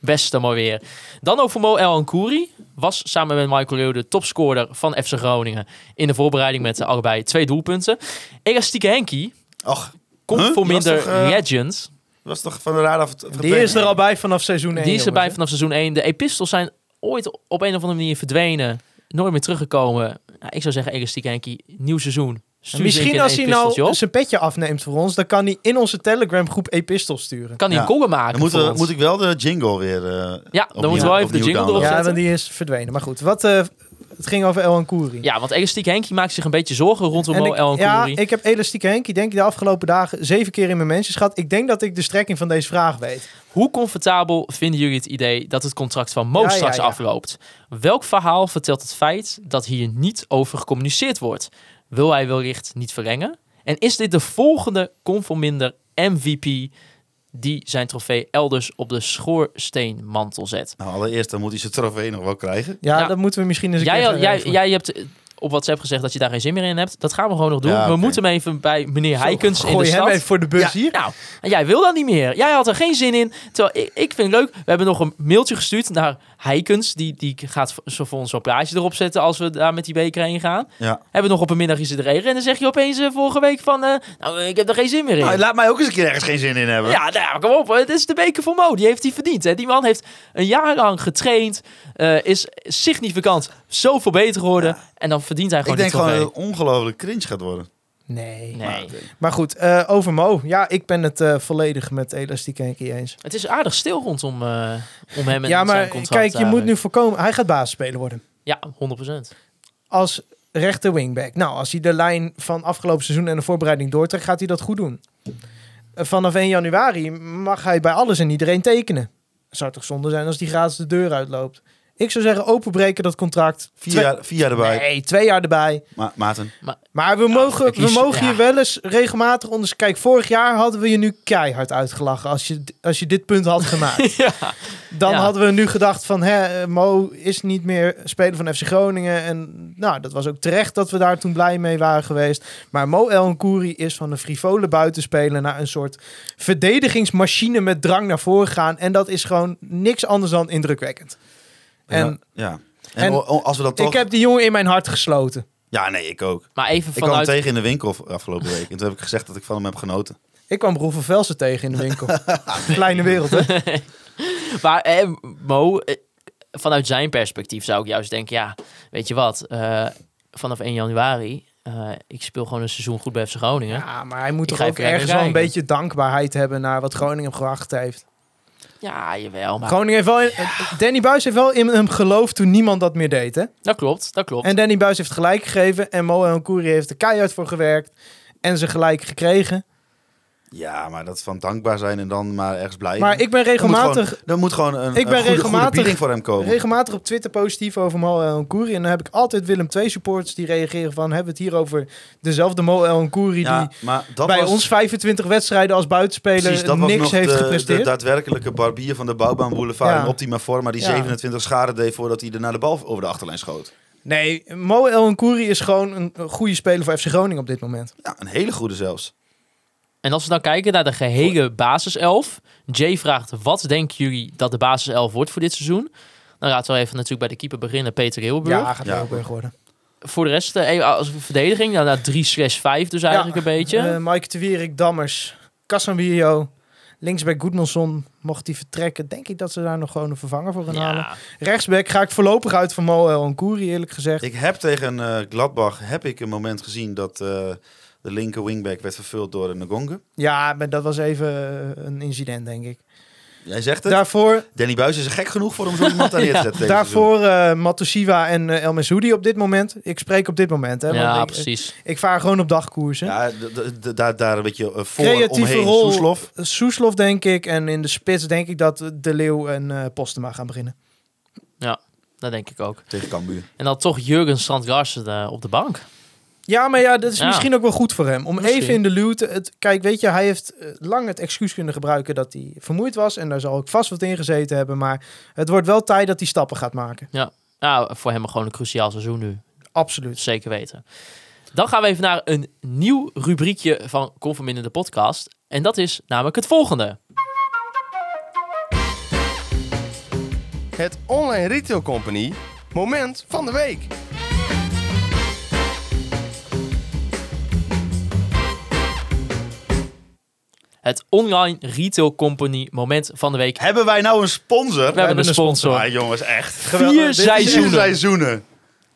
Best hem alweer. Dan over Mo El Ankouri. Was samen met Michael Leeuw de topscorer van FC Groningen. In de voorbereiding met de allebei twee doelpunten. Elastieke Henkie
Och,
komt
Huh?
voor
Die was
minder
toch, eh,
legends.
was toch van de radar... vert-
Die is er al bij vanaf seizoen 1.
Die is erbij vanaf seizoen 1. De epistels zijn ooit op een of andere manier verdwenen. Nooit meer teruggekomen. Nou, ik zou zeggen, Elastiek Henkie, nieuw seizoen. Stuur ze een
Misschien
keer
als
een
hij
episteltje
nou
op.
zijn petje afneemt voor ons, dan kan hij in onze Telegram groep epistel sturen.
Kan hij een
Ja.
column maken
Dan moet,
voor
we-
ons?
moet ik wel de jingle weer... eh,
dan moeten we
opnieuw-
wel even de
opnieuw
jingle erop
downloaden.
Ja,
zetten?
want die is verdwenen. Maar goed, wat eh, Het ging over El Ancoury.
Ja, want Elastiek Henkie maakt zich een beetje zorgen rondom
En ik-
El
ja,
Ancoury.
ik heb elastieke Henkie denk ik de afgelopen dagen zeven keer in mijn mensjes gehad. Ik denk dat ik de strekking van deze vraag weet.
Hoe comfortabel vinden jullie het idee dat het contract van Mo
Ja, ja,
straks
ja.
afloopt? Welk verhaal vertelt het feit dat hier niet over gecommuniceerd wordt? Wil hij wellicht niet verlengen? En is dit de volgende conforminder MVP die zijn trofee elders op de schoorsteenmantel zet?
Nou, allereerst dan moet hij zijn trofee nog wel krijgen.
Ja,
Ja.
dat moeten we misschien eens een
Jij,
keer gaan
jij,
Dus regelen.
jij hebt eh, op WhatsApp gezegd dat je daar geen zin meer in hebt. Dat gaan we gewoon nog doen.
Ja,
We
oké.
moeten hem even bij meneer Heikens in de
Gooi hem
stad.
even voor de bus
Ja,
hier.
Nou, en jij wil dat niet meer. Jij had er geen zin in. Terwijl ik, ik vind het leuk. We hebben nog een mailtje gestuurd naar Heikens. Die, die gaat v- zo voor ons zo'n plaatje erop zetten als we daar met die beker heen gaan.
Ja.
Hebben we nog op een middag is het regen. En dan zeg je opeens eh, vorige week van... eh, nou, eh, ik heb er geen zin meer in.
Nou, laat mij ook eens een keer ergens geen zin in hebben.
ja, nou ja, kom op. Het is de beker voor Mo. Die heeft hij verdiend. Hè. Die man heeft een jaar lang getraind. eh, is significant zoveel beter geworden. En dan verdient hij
ik
gewoon
denk
die
gewoon dat
trofee.
het ongelooflijk cringe gaat worden.
Nee.
Nee.
Maar goed, eh, over Mo. Ja, ik ben het eh, volledig met elastieke Henkie eens.
Het is aardig stil rondom eh, om hem en
ja,
zijn eh,
maar
contract.
kijk, je moet
eigenlijk.
nu voorkomen... Hij gaat basisspeler worden.
Ja, 100 procent.
Als rechter wingback. Nou, als hij de lijn van afgelopen seizoen en de voorbereiding doortrekt, gaat hij dat goed doen. Eh, Vanaf 1 januari mag hij bij alles en iedereen tekenen. Zou toch zonde zijn als die gratis de deur uitloopt. Ik zou zeggen, openbreken dat contract.
Vier,
Twee-
jaar, vier jaar erbij.
Nee, twee jaar erbij.
Ma- Maarten.
Maar we mogen,
ik
we
kies-
mogen
ja.
je wel eens regelmatig onder... Kijk, vorig jaar hadden we je nu keihard uitgelachen als je, als je dit punt had
[LAUGHS]
gemaakt.
ja.
Dan
Ja.
hadden we nu gedacht van, hè, eh, Mo is niet meer speler van FC Groningen. En nou, dat was ook terecht dat we daar toen blij mee waren geweest. Maar Mo El is van een frivole buitenspeler naar een soort verdedigingsmachine met drang naar voren gaan. En dat is gewoon niks anders dan indrukwekkend. En
ja. En,
en-
o- o- als we dat toch...
ik heb die jongen in mijn hart gesloten.
Ja, nee, ik ook.
Maar even
Ik kwam hem
vanuit...
tegen in de winkel af- afgelopen week. En toen heb ik gezegd dat ik van hem heb genoten.
Ik kwam Roel van Velsen tegen in de winkel. Kleine wereld, hè?
Maar eh, Mo, eh, vanuit zijn perspectief zou ik juist denken... Ja, weet je wat? eh, vanaf 1 januari, eh, ik speel gewoon een seizoen goed bij FC Groningen. Ja,
Ja, maar hij moet
Ik
toch
ga
ook
even
ergens wel een
kijken.
beetje dankbaarheid hebben naar wat Groningen hem gewacht heeft.
jawel. Maar
Groningen heeft wel in- eh, Danny Buis heeft wel in hem geloofd toen niemand dat meer deed, hè?
dat klopt, dat klopt.
En Danny Buis heeft gelijk gegeven en Mo en Koeri heeft er keihard voor gewerkt en ze gelijk gekregen.
Ja, maar dat van dankbaar zijn en dan maar ergens blij.
Maar ik ben regelmatig,
Dan moet gewoon
Ik
een,
ben
een goede,
regelmatig-
goede bieding voor hem komen.
regelmatig op Twitter positief over Mo en Koeri en dan heb ik altijd Willem II supporters die reageren van hebben we het hier over dezelfde Mo en Koeri
ja,
die
maar dat
bij
was,
ons 25 wedstrijden als buitenspeler
precies, dat was
niks
nog
heeft
de,
gepresteerd.
de daadwerkelijke barbier van de Bouwbaan Boulevard
Ja.
in optima forma die
Ja.
27 schade deed voordat hij daarna de bal over de achterlijn schoot.
Nee, Mo El Koeri is gewoon een een goede speler voor FC Groningen op dit moment.
Ja, een hele goede zelfs.
En als we dan kijken naar de gehele basiself. Jay vraagt, wat denken jullie dat de basiself wordt voor dit seizoen? Dan laten we even natuurlijk bij de keeper beginnen, Peter Heelburg.
Ja, gaat
Ja.
Leeuwburg worden.
Voor de rest, eh, even als verdediging, nou, naar 3 slash 5 dus eigenlijk een beetje.
Eh, Mike de Wierik, Dammers, Casemiro. Linksback Goodmanson mocht die vertrekken. Denk ik dat ze daar nog gewoon een vervanger voor gaan halen.
ja,
Rechtsback ga ik voorlopig uit van Moel en Koeri, eerlijk gezegd.
Ik heb tegen eh, Gladbach heb ik een moment gezien dat eh, de linker wingback werd vervuld door een Ngonge.
Ja, maar dat was even eh, een incident, denk ik.
Jij zegt het.
Daarvoor,
Danny Buis is gek genoeg voor om zo
[LAUGHS]
iemand aan neer te zetten. deze
daarvoor eh Matosiwa en eh El Meshoudi op dit moment. Ik spreek op dit moment, hè? want
ja
ik,
precies.
Ik vaar gewoon op dagkoersen.
Ja, d- d- d- daar, daar een beetje eh, voor
Creatieve
omheen.
rol.
Soeslof.
Soeslof, denk ik. En in de spits denk ik dat De Leeuw en eh, Postema gaan beginnen.
Dat denk ik ook.
Tegen Cambuur.
En dan toch Jurgen Strand-Garsen eh, op de bank.
Ja, maar ja, dat is
Ja.
misschien ook wel goed voor hem. Om
Misschien.
even in de luw te... Het, kijk, weet je, hij heeft eh, lang het excuus kunnen gebruiken dat hij vermoeid was. En daar zal ook vast wat in gezeten hebben. Maar het wordt wel tijd dat hij stappen gaat maken.
Nou, voor hem gewoon een cruciaal seizoen nu.
Absoluut.
Zeker weten. Dan gaan we even naar een nieuw rubriekje van Conforminder de podcast. En dat is namelijk het volgende.
Het Online Retail Company moment van de week.
Het Online Retail Company moment van de week. We,
Hebben wij nou een sponsor?
hebben een sponsor.
Ah, jongens, echt.
Vier
Dit is-
Vier
seizoenen.
seizoenen.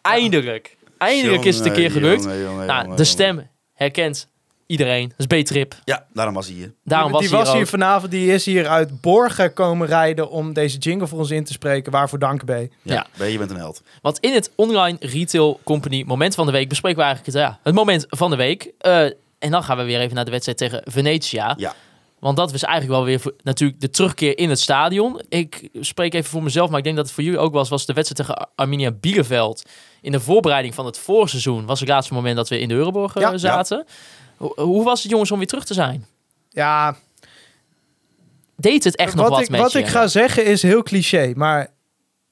Eindelijk. Eindelijk is het een keer
Jongen,
gelukt.
jongen,
nou,
jongen, jongen,
de
jongen.
stem herkent Iedereen. Dat is B-trip.
Ja, daarom was hij hier.
Daarom was
die
hij
was
hier
hier
ook.
vanavond, die is hier uit Borgen komen rijden om deze jingle voor ons in te spreken. Waarvoor dank, B.
Ja,
Ja.
Ben, je bent een held.
Want in het online retail company moment van de week bespreken we eigenlijk het, ja, het moment van de week. Eh, en dan gaan we weer even naar de wedstrijd tegen Venetia.
Ja.
Want dat was eigenlijk wel weer voor- natuurlijk de terugkeer in het stadion. Ik spreek even voor mezelf, maar ik denk dat het voor jullie ook was. Was de wedstrijd tegen Ar- Arminia Bielefeld. In de voorbereiding van het voorseizoen was het laatste moment dat we in de Euroborg eh,
Ja, ja.
zaten. Ho- hoe was het jongens om weer terug te zijn?
Ja,
Deed het echt nog
wat,
wat
ik,
met
wat
je?
ik ga zeggen is heel cliché, maar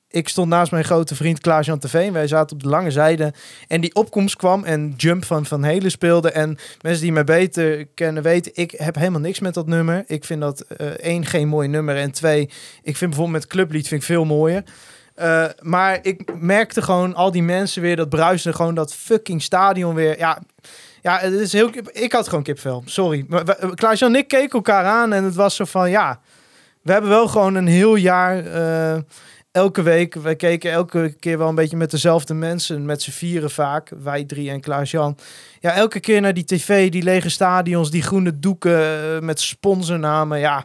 ik stond naast mijn grote vriend Klaas-Jan Teveen. Wij zaten op de lange zijde en die opkomst kwam en Jump van Van Helen speelde. En mensen die mij beter kennen weten, ik heb helemaal niks met dat nummer. Ik vind dat eh, één, geen mooi nummer en twee, ik vind bijvoorbeeld met Clublied vind ik veel mooier. Eh, maar ik merkte gewoon al die mensen weer, dat bruisen, gewoon dat fucking stadion weer. Ja, ja het is heel, kip- ik had gewoon kipvel, sorry. Maar we- Klaas-Jan en ik keken elkaar aan en het was zo van, ja... We hebben wel gewoon een heel jaar, eh, elke week, wij keken elke keer wel een beetje met dezelfde mensen, met z'n vieren vaak, wij drie en Klaas-Jan. Ja, elke keer naar die tv, die lege stadions, die groene doeken eh, met sponsornamen, ja.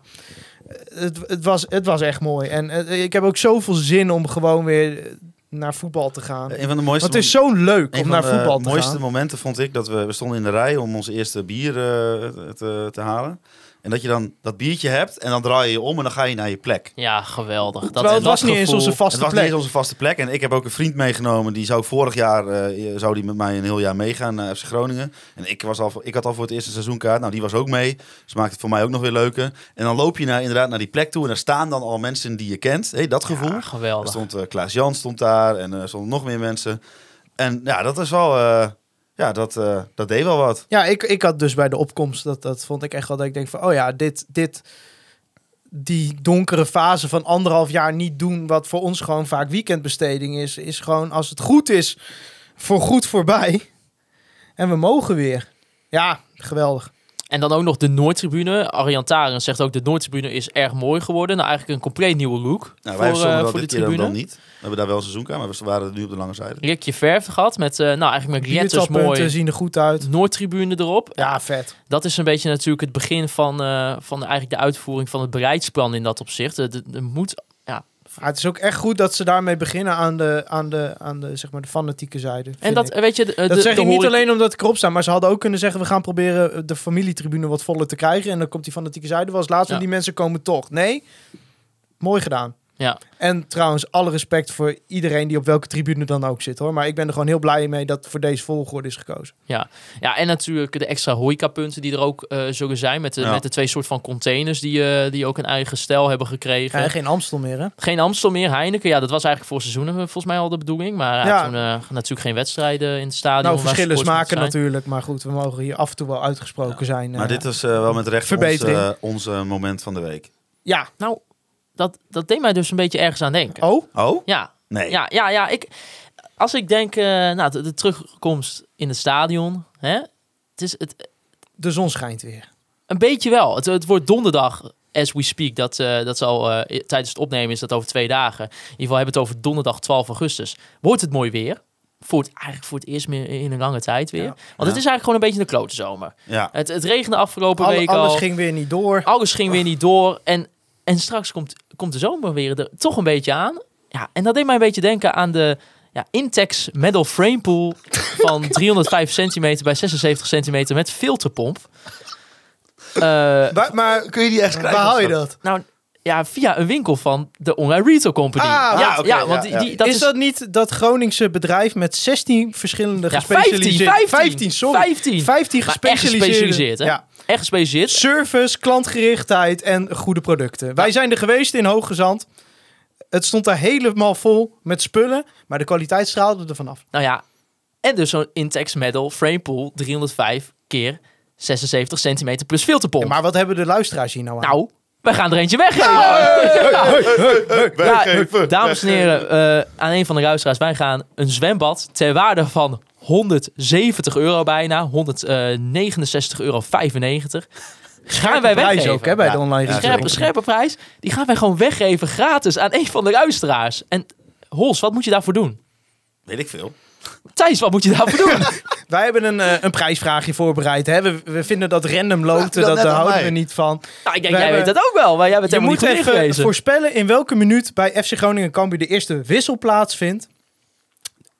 Het, het, was, het was echt mooi. En eh, ik heb ook zoveel zin om gewoon weer naar voetbal te gaan.
Eh, Een van de mooiste...
Want het is zo leuk
Een
om
van
naar
de
voetbal te
mooiste
gaan.
momenten vond ik dat we, we stonden in de rij om ons eerste bier eh, te, te halen. En dat je dan dat biertje hebt en dan draai je je om en dan ga je naar je plek.
Ja, geweldig. Dat,
Terwijl het
dat
was niet eens
gevoel-
onze vaste
het was niet
plek.
eens onze vaste plek. En ik heb ook een vriend meegenomen. Die zou vorig jaar eh, zou die met mij een heel jaar meegaan naar FC Groningen. En ik, was al, voor- ik had al voor het eerste seizoenkaart. Nou, die was ook mee. Dus maakt het voor mij ook nog weer leuker. En dan loop je naar, inderdaad naar die plek toe. En daar staan dan al mensen die je kent. Hey, dat gevoel.
Ja,
Er
geweldig.
stond eh, Klaas Jan stond daar en er stonden nog meer mensen. En ja, dat is wel. eh, ja, dat, eh, dat deed wel wat.
Ja, ik, ik had dus bij de opkomst, dat, dat vond ik echt wel dat ik denk van, oh ja, dit, dit, die donkere fase van anderhalf jaar niet doen, wat voor ons gewoon vaak weekendbesteding is, is gewoon als het goed is, voor goed voorbij. En we mogen weer. Ja, geweldig.
En dan ook nog de Noordtribune. Arjan Taren zegt ook, de Noordtribune is erg mooi geworden. Nou, eigenlijk een compleet nieuwe look
Nou, wij
voor,
stonden
eh,
dat
voor de
dit keer dan-
tribune.
dan niet. We hebben daar wel een seizoenkaart, maar we waren nu op de lange zijde.
Rikje verf gehad met, eh, nou eigenlijk met letters
Biertappunten
mooi
zien er goed uit.
Noordtribune erop.
Ja, vet.
Dat is een beetje natuurlijk het begin van, eh, van eigenlijk de uitvoering van het beleidsplan in dat opzicht. Eh, de- de moet,
Maar het is ook echt goed dat ze daarmee beginnen aan de, aan de, aan de, zeg maar de fanatieke zijde.
en
vind
dat,
ik.
eh, weet je, de,
Dat
de-
zeg
de
ik niet
horeca-
alleen omdat ik erop sta, maar ze hadden ook kunnen zeggen: we gaan proberen eh, de familietribune wat voller te krijgen. En dan komt die fanatieke zijde wel eens laatst, en
Ja.
die mensen komen toch. Nee, mooi gedaan.
Ja.
En trouwens, alle respect voor iedereen die op welke tribune dan ook zit hoor. Maar ik ben er gewoon heel blij mee dat voor deze volgorde is gekozen.
Ja, en natuurlijk de extra horecapunten die er ook eh, zullen zijn. Met de,
Ja.
met de twee soort van containers die, eh, die ook een eigen stijl hebben gekregen.
En geen Amstel meer hè?
Geen Amstel meer, Heineken. Ja, dat was eigenlijk voor seizoenen eh, volgens mij al de bedoeling. Maar ja,
Ja.
toen eh, natuurlijk geen wedstrijden in het stadion.
Nou,
waar
verschillen
supporters
smaken
moeten zijn.
natuurlijk. Maar goed, we mogen hier af en toe wel uitgesproken zijn.
maar
eh.
dit was eh, wel met recht ons,
verbetering.
eh, ons eh, moment van de week.
Ja.
Nou, dat, dat deed mij dus een beetje ergens aan denken.
Oh?
Oh?
Ja,
Nee.
ja, ja, ja. Ik, als ik denk, eh, nou, de, de terugkomst in het stadion. Hè, het is het,
De zon schijnt weer.
een beetje wel. Het, het wordt donderdag, as we speak. Dat, eh, dat zal eh, i- tijdens het opnemen is dat over twee dagen. In ieder geval hebben we het over donderdag 12 augustus. Wordt het mooi weer? Voor het, eigenlijk voor het eerst meer in een lange tijd weer. Want het is eigenlijk gewoon een beetje een klote zomer.
Ja.
Het, het regende afgelopen
Alle-
week
alles
al.
ging weer niet door.
Alles ging weer niet door. En, en straks komt, komt de zomer weer er toch een beetje aan. Ja, en dat deed mij een beetje denken aan de ja, Intex Metal Frame Pool
[LAUGHS]
van 305 centimeter bij 76 centimeter met filterpomp. Eh,
Maar, maar
Kun je die echt
waar haal je dat?
nou, ja, via een winkel van de Online Retail Company.
Ah,
ja,
ah, oké,
ja, want
ja,
die, die-
ja.
dat
is,
is...
dat niet dat Groningse bedrijf met 16 verschillende
ja, 15,
gespecialiseerde...
15,
15, sorry.
15.
15
Maar echt
gespecialiseerde...
gespecialiseerd, hè?
Ja.
Echt gespecialiseerd.
Service, klantgerichtheid en goede producten. Wij zijn er geweest in Hoogezand. Het stond daar helemaal vol met spullen, maar de kwaliteit straalde er vanaf.
Nou ja, en dus zo'n Intex Metal Frame Pool 305 keer 76 centimeter plus filterpomp.
Ja, maar wat hebben de luisteraars hier nou aan?
Nou, we gaan er eentje weggeven. Ja. Ja, dames en heren, eh, aan een van de luisteraars. Wij gaan een zwembad ter waarde van 170 euro bijna. 169,95 euro. Gaan wij
prijs
weggeven.
ook hè, bij de online
Ja,
retail.
scherpe, scherpe prijs. Die gaan wij gewoon weggeven gratis aan een van de luisteraars. En Hols, wat moet je daarvoor doen?
Weet ik veel.
[LAUGHS]
Thijs, wat moet je daarvoor doen? Nou,
Wij hebben een, eh, een prijsvraagje voorbereid. Hè? We, we vinden dat random
Vraagt u
loten,
dat
dat,
net
daar
aan
houden
mij?
we niet van.
Nou, ik denk,
We
jij
hebben-
weet dat ook wel, maar jij bent
Je
helemaal
moet
niet goed
even
ingelezen.
voorspellen in welke minuut bij FC Groningen Cambuur de eerste wissel plaatsvindt.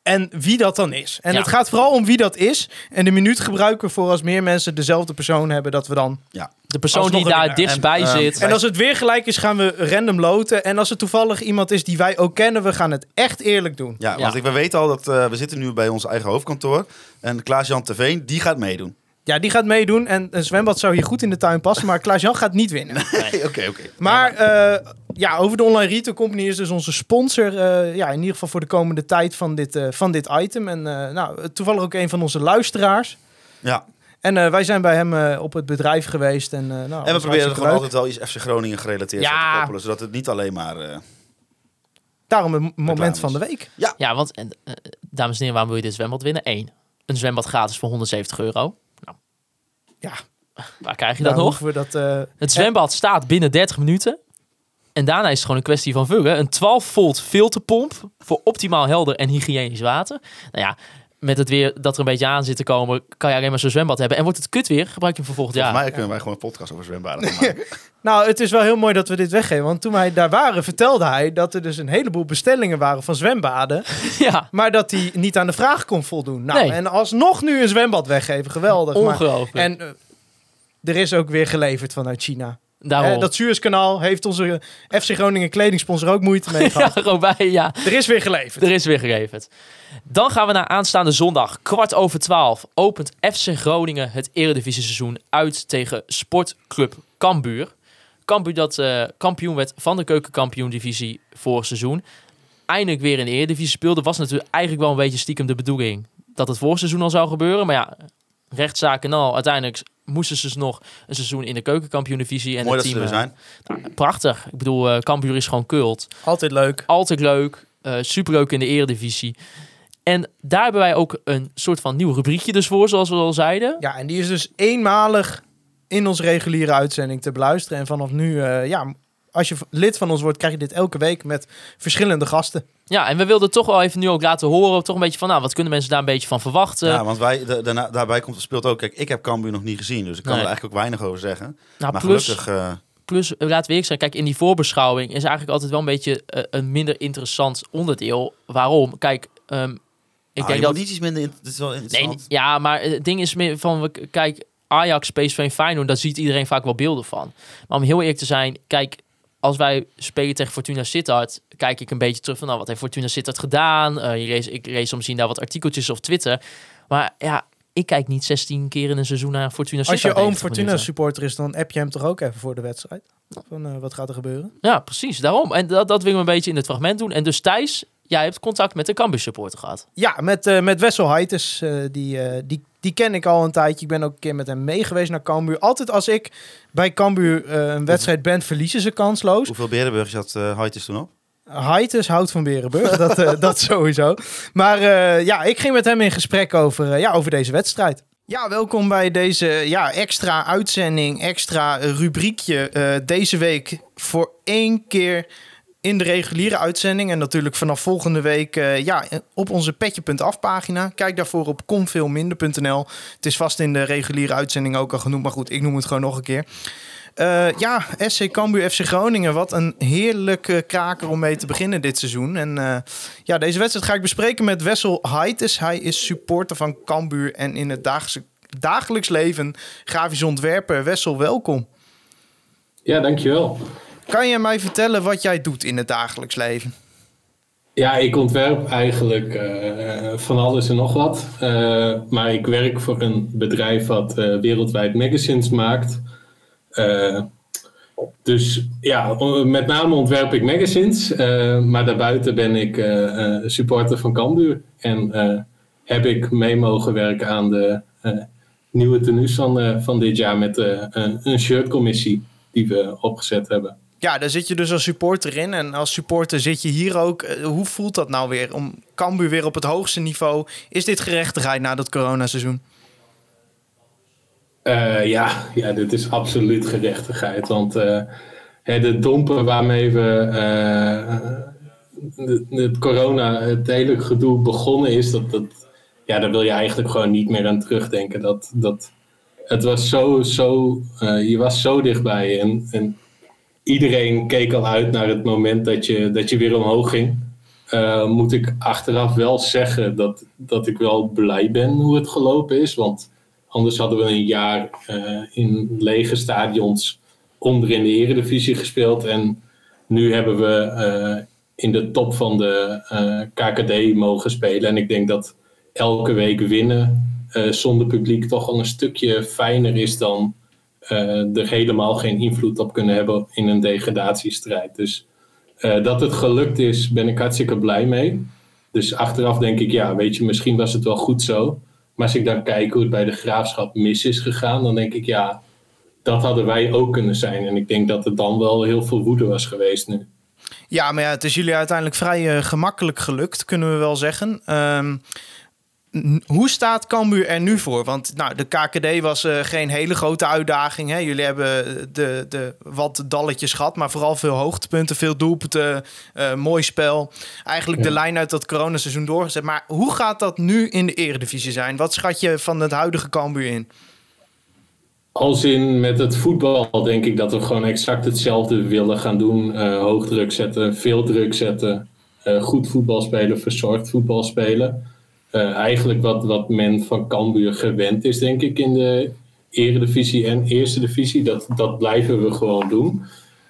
En wie dat dan is. En
Ja.
het gaat vooral om wie dat is. En de minuut gebruiken we voor als meer mensen dezelfde persoon hebben, dat we dan
De persoon die
Alsnog een
daar
winnaar.
dichtstbij
En, ehm,
zit.
En als het weer gelijk is, gaan we random loten. En als het toevallig iemand is die wij ook kennen, we gaan het echt eerlijk doen.
Ja, want
Ja.
Ik, we weten al dat eh, we zitten nu bij ons eigen hoofdkantoor. En Klaas-Jan Terveen, die gaat meedoen.
Ja, die gaat meedoen. En een zwembad zou hier goed in de tuin passen. Maar Klaas-Jan gaat niet winnen.
Oké, oké.
[LAUGHS] Maar eh, ja, over de Online Retail Company is dus onze sponsor. eh, ja, in ieder geval voor de komende tijd van dit, eh, van dit item. En eh, nou, toevallig ook een van onze luisteraars.
Ja.
En eh, wij zijn bij hem eh, op het bedrijf geweest. En, eh, nou,
En we
was
proberen er
hartstikke
gewoon
leuk.
altijd wel iets FC Groningen gerelateerd
Ja.
aan te koppelen. Zodat het niet alleen maar... eh,
Daarom het moment
Reclames.
van de week.
Ja, want en, eh, dames en heren, waarom wil je dit zwembad winnen? Eén, een zwembad gratis voor 170 euro. Nou,
Ja.
Waar krijg je
Dan
dat nog?
hoeven we dat... eh,
Het zwembad staat binnen 30 minuten. En daarna is het gewoon een kwestie van vullen. Een 12 volt filterpomp voor optimaal helder en hygiënisch water. Nou ja, met het weer dat er een beetje aan zit te komen, kan je alleen maar zo'n zwembad hebben. En wordt het kut weer, gebruik je hem voor volgend jaar.
Volgens mij kunnen wij gewoon een podcast over zwembaden gaan maken.
Nou, het is wel heel mooi dat we dit weggeven. Want toen wij daar waren, vertelde hij dat er dus een heleboel bestellingen waren van zwembaden.
[LAUGHS] Ja,
Maar dat die niet aan de vraag kon voldoen. Nou,
Nee.
en alsnog nu een zwembad weggeven. Geweldig. maar-
ongelooflijk.
en eh, er is ook weer geleverd vanuit China.
Daarom.
Eh, dat Suezkanaal heeft onze eh, FC Groningen kledingsponsor ook moeite mee
[LAUGHS] [LAUGHS] ja,
gehad.
gewoon bij, ja.
Er is weer geleverd.
Er is weer geleverd. Dan gaan we naar aanstaande zondag, kwart over twaalf, opent FC Groningen het eredivisie-seizoen uit tegen Sportclub Cambuur. Cambuur dat eh, kampioen werd van de keukenkampioen-divisie vorig seizoen. Eindelijk weer in de eredivisie speelde. Was natuurlijk eigenlijk wel een beetje stiekem de bedoeling dat het vorig seizoen al zou gebeuren. Maar ja, rechtszaken en al. Uiteindelijk moesten ze dus nog een seizoen in de keukenkampioen-divisie. en
Mooi
het
dat ze
team,
er zijn.
eh, nou, prachtig. Ik bedoel, eh Cambuur is gewoon kult.
Altijd leuk.
Altijd leuk. eh superleuk in de eredivisie. En daar hebben wij ook een soort van nieuw rubriekje dus voor, zoals we al zeiden.
Ja, en die is dus eenmalig in onze reguliere uitzending te beluisteren. En vanaf nu, eh, ja, als je v- lid van ons wordt, krijg je dit elke week met verschillende gasten.
Ja, en we wilden toch wel even nu ook laten horen, toch een beetje van, nou, wat kunnen mensen daar een beetje van verwachten?
Ja, want wij, da- daarna, daarbij komt, speelt ook... Kijk, ik heb Cambuur nog niet gezien, dus ik kan
Nee.
er eigenlijk ook weinig over zeggen.
nou,
maar
plus,
gelukkig... eh,
plus, eh, laten we eerlijk zijn, kijk, in die voorbeschouwing is eigenlijk altijd wel een beetje eh, een minder interessant onderdeel. Waarom? Kijk, ehm, ik
ah,
denk
je
dat...
moet niet iets minder... in- Dit is wel interessant.
Nee, niet- ja, maar het ding is meer van, we k- kijk, Ajax, PSV en Feyenoord, daar ziet iedereen vaak wel beelden van. Maar om heel eerlijk te zijn, kijk, als wij spelen tegen Fortuna Sittard, kijk ik een beetje terug van, nou, wat heeft Fortuna Sittard gedaan? Eh, je leest- ik lees soms zien daar wat artikeltjes op Twitter. Maar ja, ik kijk niet 16 keer in een seizoen naar Fortuna
Als
Sittard.
je oom
90
Fortuna
minuten.
supporter is, dan app je hem toch ook even voor de wedstrijd? Van, eh, wat gaat er gebeuren?
Ja, precies, daarom. En dat, dat willen we een beetje in het fragment doen. En dus Thijs, jij hebt contact met de Cambuur supporter gehad.
Ja, met, eh, met Wessel Heites. eh, die, eh, die, die ken ik al een tijdje. Ik ben ook een keer met hem meegeweest naar Cambuur. Altijd als ik bij Cambuur eh, een wedstrijd ben, verliezen ze kansloos.
Hoeveel Berenburgers had eh Heites toen op?
Heites houdt van Berenburg, dat, eh, dat sowieso. Maar eh, ja, ik ging met hem in gesprek over, eh, ja, over deze wedstrijd. Ja, welkom bij deze ja, extra uitzending, extra eh, rubriekje. eh, deze week voor één keer in de reguliere uitzending. En natuurlijk vanaf volgende week eh, ja, op onze petje.af pagina. Kijk daarvoor op komveelminder.nl. Het is vast in de reguliere uitzending ook al genoemd. Maar goed, ik noem het gewoon nog een keer. Eh, ja, SC Cambuur FC Groningen. Wat een heerlijke kraker om mee te beginnen dit seizoen. En eh, ja, deze wedstrijd ga ik bespreken met Wessel Heites. Hij is supporter van Cambuur en in het dagse- dagelijks leven grafisch ontwerper. Wessel, welkom.
Ja, dankjewel.
Kan je mij vertellen wat jij doet in het dagelijks leven?
Ja, ik ontwerp eigenlijk eh, van alles en nog wat. Eh, maar ik werk voor een bedrijf wat eh, wereldwijd magazines maakt. Eh, dus ja, o- met name ontwerp ik magazines. eh, maar daarbuiten ben ik eh, eh, supporter van Cambuur. En eh, heb ik mee mogen werken aan de eh, nieuwe tenues van, eh, van dit jaar met eh, een- een shirtcommissie die we opgezet hebben.
Ja, daar zit je dus als supporter in. En als supporter zit je hier ook. Eh, Hoe voelt dat nou weer om Cambuur weer op het hoogste niveau? Is dit gerechtigheid na dat coronaseizoen?
Eh, ja, ja, dit is absoluut gerechtigheid. Want eh, hè, de domper waarmee we eh, de- het corona, het hele gedoe begonnen is, dat, dat, ja, daar wil je eigenlijk gewoon niet meer aan terugdenken. Dat, dat, het was zo, zo, eh, je was zo dichtbij. En, en iedereen keek al uit naar het moment dat je, dat je weer omhoog ging. Eh, moet ik achteraf wel zeggen dat, dat ik wel blij ben hoe het gelopen is. Want anders hadden we een jaar eh, in lege stadions onder in de eredivisie gespeeld. En nu hebben we eh, in de top van de eh, KKD mogen spelen. En ik denk dat elke week winnen eh, zonder publiek toch al een stukje fijner is dan eh, er helemaal geen invloed op kunnen hebben in een degradatiestrijd. Dus eh, dat het gelukt is, ben ik hartstikke blij mee. Dus achteraf denk ik, ja, weet je, misschien was het wel goed zo. Maar als ik dan kijk hoe het bij de graafschap mis is gegaan, dan denk ik, ja, dat hadden wij ook kunnen zijn. En ik denk dat er dan wel heel veel woede was geweest nu.
Ja, maar ja, het is jullie uiteindelijk vrij eh, gemakkelijk gelukt, kunnen we wel zeggen. Ehm, n- hoe staat Cambuur er nu voor? Want nou, de KKD was eh, geen hele grote uitdaging. Hè? Jullie hebben de, de, wat dalletjes gehad, maar vooral veel hoogtepunten, veel doelpunten, eh, mooi spel. Eigenlijk de lijn uit dat coronaseizoen doorgezet. Maar hoe gaat dat nu in de eredivisie zijn? Wat schat je van het huidige Cambuur in?
Als in met het voetbal denk ik dat we gewoon exact hetzelfde willen gaan doen. Eh, hoog druk zetten, veel druk zetten. eh, goed voetbal spelen, verzorgd voetbal spelen. Eh, eigenlijk wat, wat men van Cambuur gewend is denk ik in de eredivisie en eerste divisie. Dat, dat blijven we gewoon doen.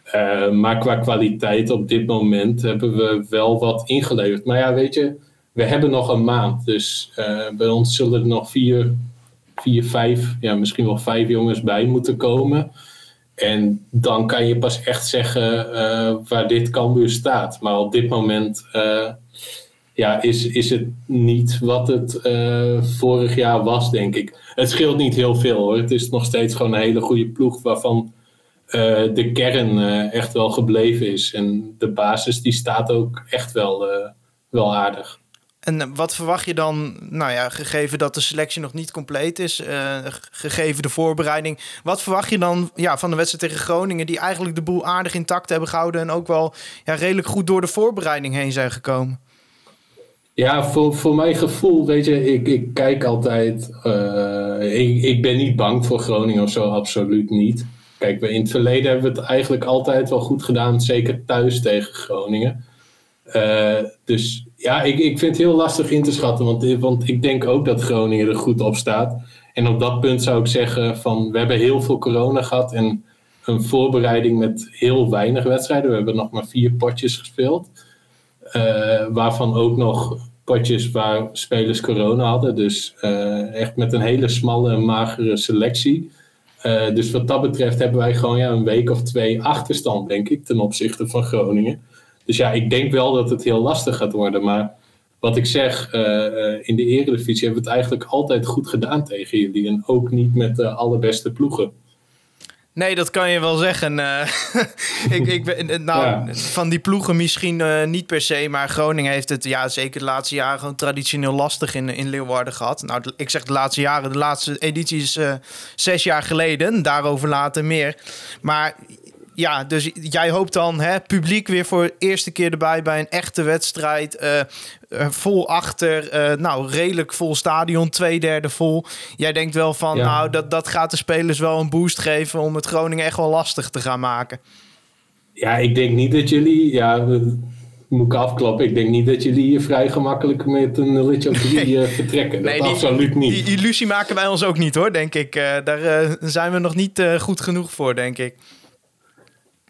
Eh, maar qua kwaliteit op dit moment hebben we wel wat ingeleverd. Maar ja, weet je, we hebben nog een maand. Dus eh, bij ons zullen er nog vier vier, vijf, ja, misschien wel vijf jongens bij moeten komen. En dan kan je pas echt zeggen eh, waar dit Cambuur staat. Maar op dit moment eh, ja, is, is het niet wat het eh, vorig jaar was, denk ik. Het scheelt niet heel veel hoor. Het is nog steeds gewoon een hele goede ploeg waarvan eh, de kern eh, echt wel gebleven is. En de basis die staat ook echt wel, eh, wel aardig.
En eh, wat verwacht je dan, nou ja, gegeven dat de selectie nog niet compleet is, eh, g- gegeven de voorbereiding, wat verwacht je dan ja, van de wedstrijd tegen Groningen, die eigenlijk de boel aardig intact hebben gehouden en ook wel ja, redelijk goed door de voorbereiding heen zijn gekomen?
Ja, voor, voor mijn gevoel, weet je, ik, ik kijk altijd. eh, ik, ik ben niet bang voor Groningen of zo, absoluut niet. Kijk, we- in het verleden hebben we het eigenlijk altijd wel goed gedaan, zeker thuis tegen Groningen. Eh, dus ja, ik, ik vind het heel lastig in te schatten, want, want ik denk ook dat Groningen er goed op staat. En op dat punt zou ik zeggen: van we hebben heel veel corona gehad en een voorbereiding met heel weinig wedstrijden. We hebben nog maar vier potjes gespeeld. Eh, waarvan ook nog potjes waar spelers corona hadden. Dus eh, echt met een hele smalle, magere selectie. Eh, dus wat dat betreft hebben wij gewoon ja, een week of twee achterstand, denk ik, ten opzichte van Groningen. Dus ja, ik denk wel dat het heel lastig gaat worden. Maar wat ik zeg, eh, eh, in de Eredivisie hebben we het eigenlijk altijd goed gedaan tegen jullie. En ook niet met de allerbeste ploegen.
Nee, dat kan je wel zeggen. eh. [LAUGHS] ik, ik ben, eh, nou,
Ja.
Van die ploegen misschien eh, niet per se, maar Groningen heeft het ja, zeker de laatste jaren gewoon traditioneel lastig in, in Leeuwarden gehad. Nou, de- ik zeg de laatste jaren, de laatste editie is eh, zes jaar geleden, daarover later meer. Maar ja, dus jij hoopt dan hè, publiek weer voor de eerste keer erbij bij een echte wedstrijd. eh, eh, vol achter, eh, nou redelijk vol stadion, twee derde vol. Jij denkt wel van,
Ja.
nou dat, dat gaat de spelers wel een boost geven om het Groningen echt wel lastig te gaan maken.
Ja, ik denk niet dat jullie. Ja, dat moet ik afklappen. Ik denk niet dat jullie hier vrij gemakkelijk met een nulletje op drie
[LAUGHS]
eh, vertrekken. Dat
Nee, die-
absoluut niet.
Die illusie maken wij ons ook niet hoor, denk ik. Eh, daar eh, zijn we nog niet eh, goed genoeg voor, denk ik.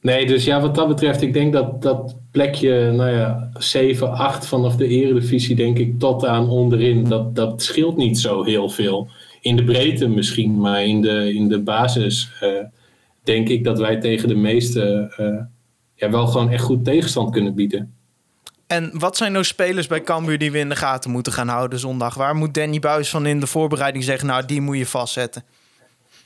Nee, dus ja, wat dat betreft, ik denk dat dat plekje, nou ja, 7, 8 vanaf de eredivisie, denk ik, tot aan onderin, dat, dat scheelt niet zo heel veel. In de breedte misschien, maar in de, in de basis eh, denk ik dat wij tegen de meeste eh, ja, wel gewoon echt goed tegenstand kunnen bieden.
En wat zijn nou spelers bij Cambuur die we in de gaten moeten gaan houden zondag? Waar moet Danny Buis van in de voorbereiding zeggen, nou die moet je vastzetten?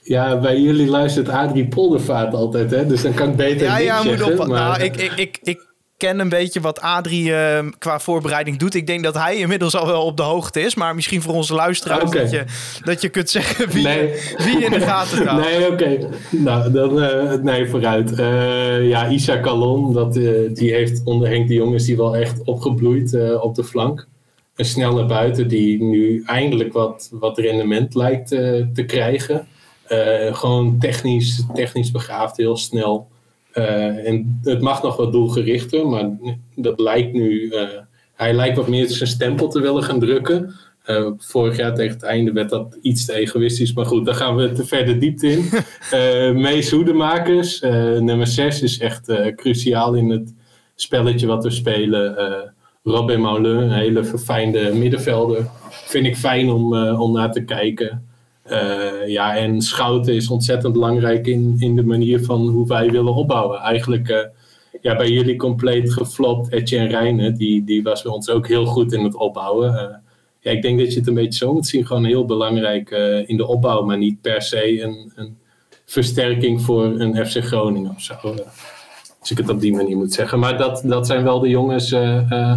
Ja, bij jullie luistert Adrie Poldervaart altijd, hè? Dus dan kan ik beter
Ja,
niks
ja, moet
zeggen.
op.
maar-
Nou, ik, ik, ik, ik ken een beetje wat Adrie eh, qua voorbereiding doet. Ik denk dat hij inmiddels al wel op de hoogte is. Maar misschien voor onze luisteraars
Oké.
dat, je, dat je kunt zeggen wie,
Nee.
wie in de gaten houdt.
Nee, oké. Nou, dan eh, nee, vooruit. Eh, ja, Isa Kalon, dat, eh, die heeft onder Henk de Jong is die wel echt opgebloeid eh, op de flank. een snelle buiten die nu eindelijk wat, wat rendement lijkt eh, te krijgen. Eh, gewoon technisch, technisch begaafd, heel snel. Eh, en het mag nog wat doelgerichter, maar dat lijkt nu. eh, hij lijkt wat meer zijn stempel te willen gaan drukken. Eh, vorig jaar tegen het einde werd dat iets te egoïstisch, maar goed, daar gaan we te verder diepte in. Eh Mees Hoedemakers, eh, nummer 6, is echt eh, cruciaal in het spelletje wat we spelen. Eh, Robin Moulin, een hele verfijnde middenvelder. Vind ik fijn om, eh, om naar te kijken. Eh, ja, en Schouten is ontzettend belangrijk in, in de manier van hoe wij willen opbouwen. Eigenlijk eh, ja, bij jullie compleet geflopt. Etienne Rijnen, die, die was bij ons ook heel goed in het opbouwen. Eh, ja, ik denk dat je het een beetje zo moet zien. Gewoon heel belangrijk eh, in de opbouw, maar niet per se een, een versterking voor een FC Groningen of zo. Eh, als ik het op die manier moet zeggen. Maar dat, dat zijn wel de jongens eh, eh,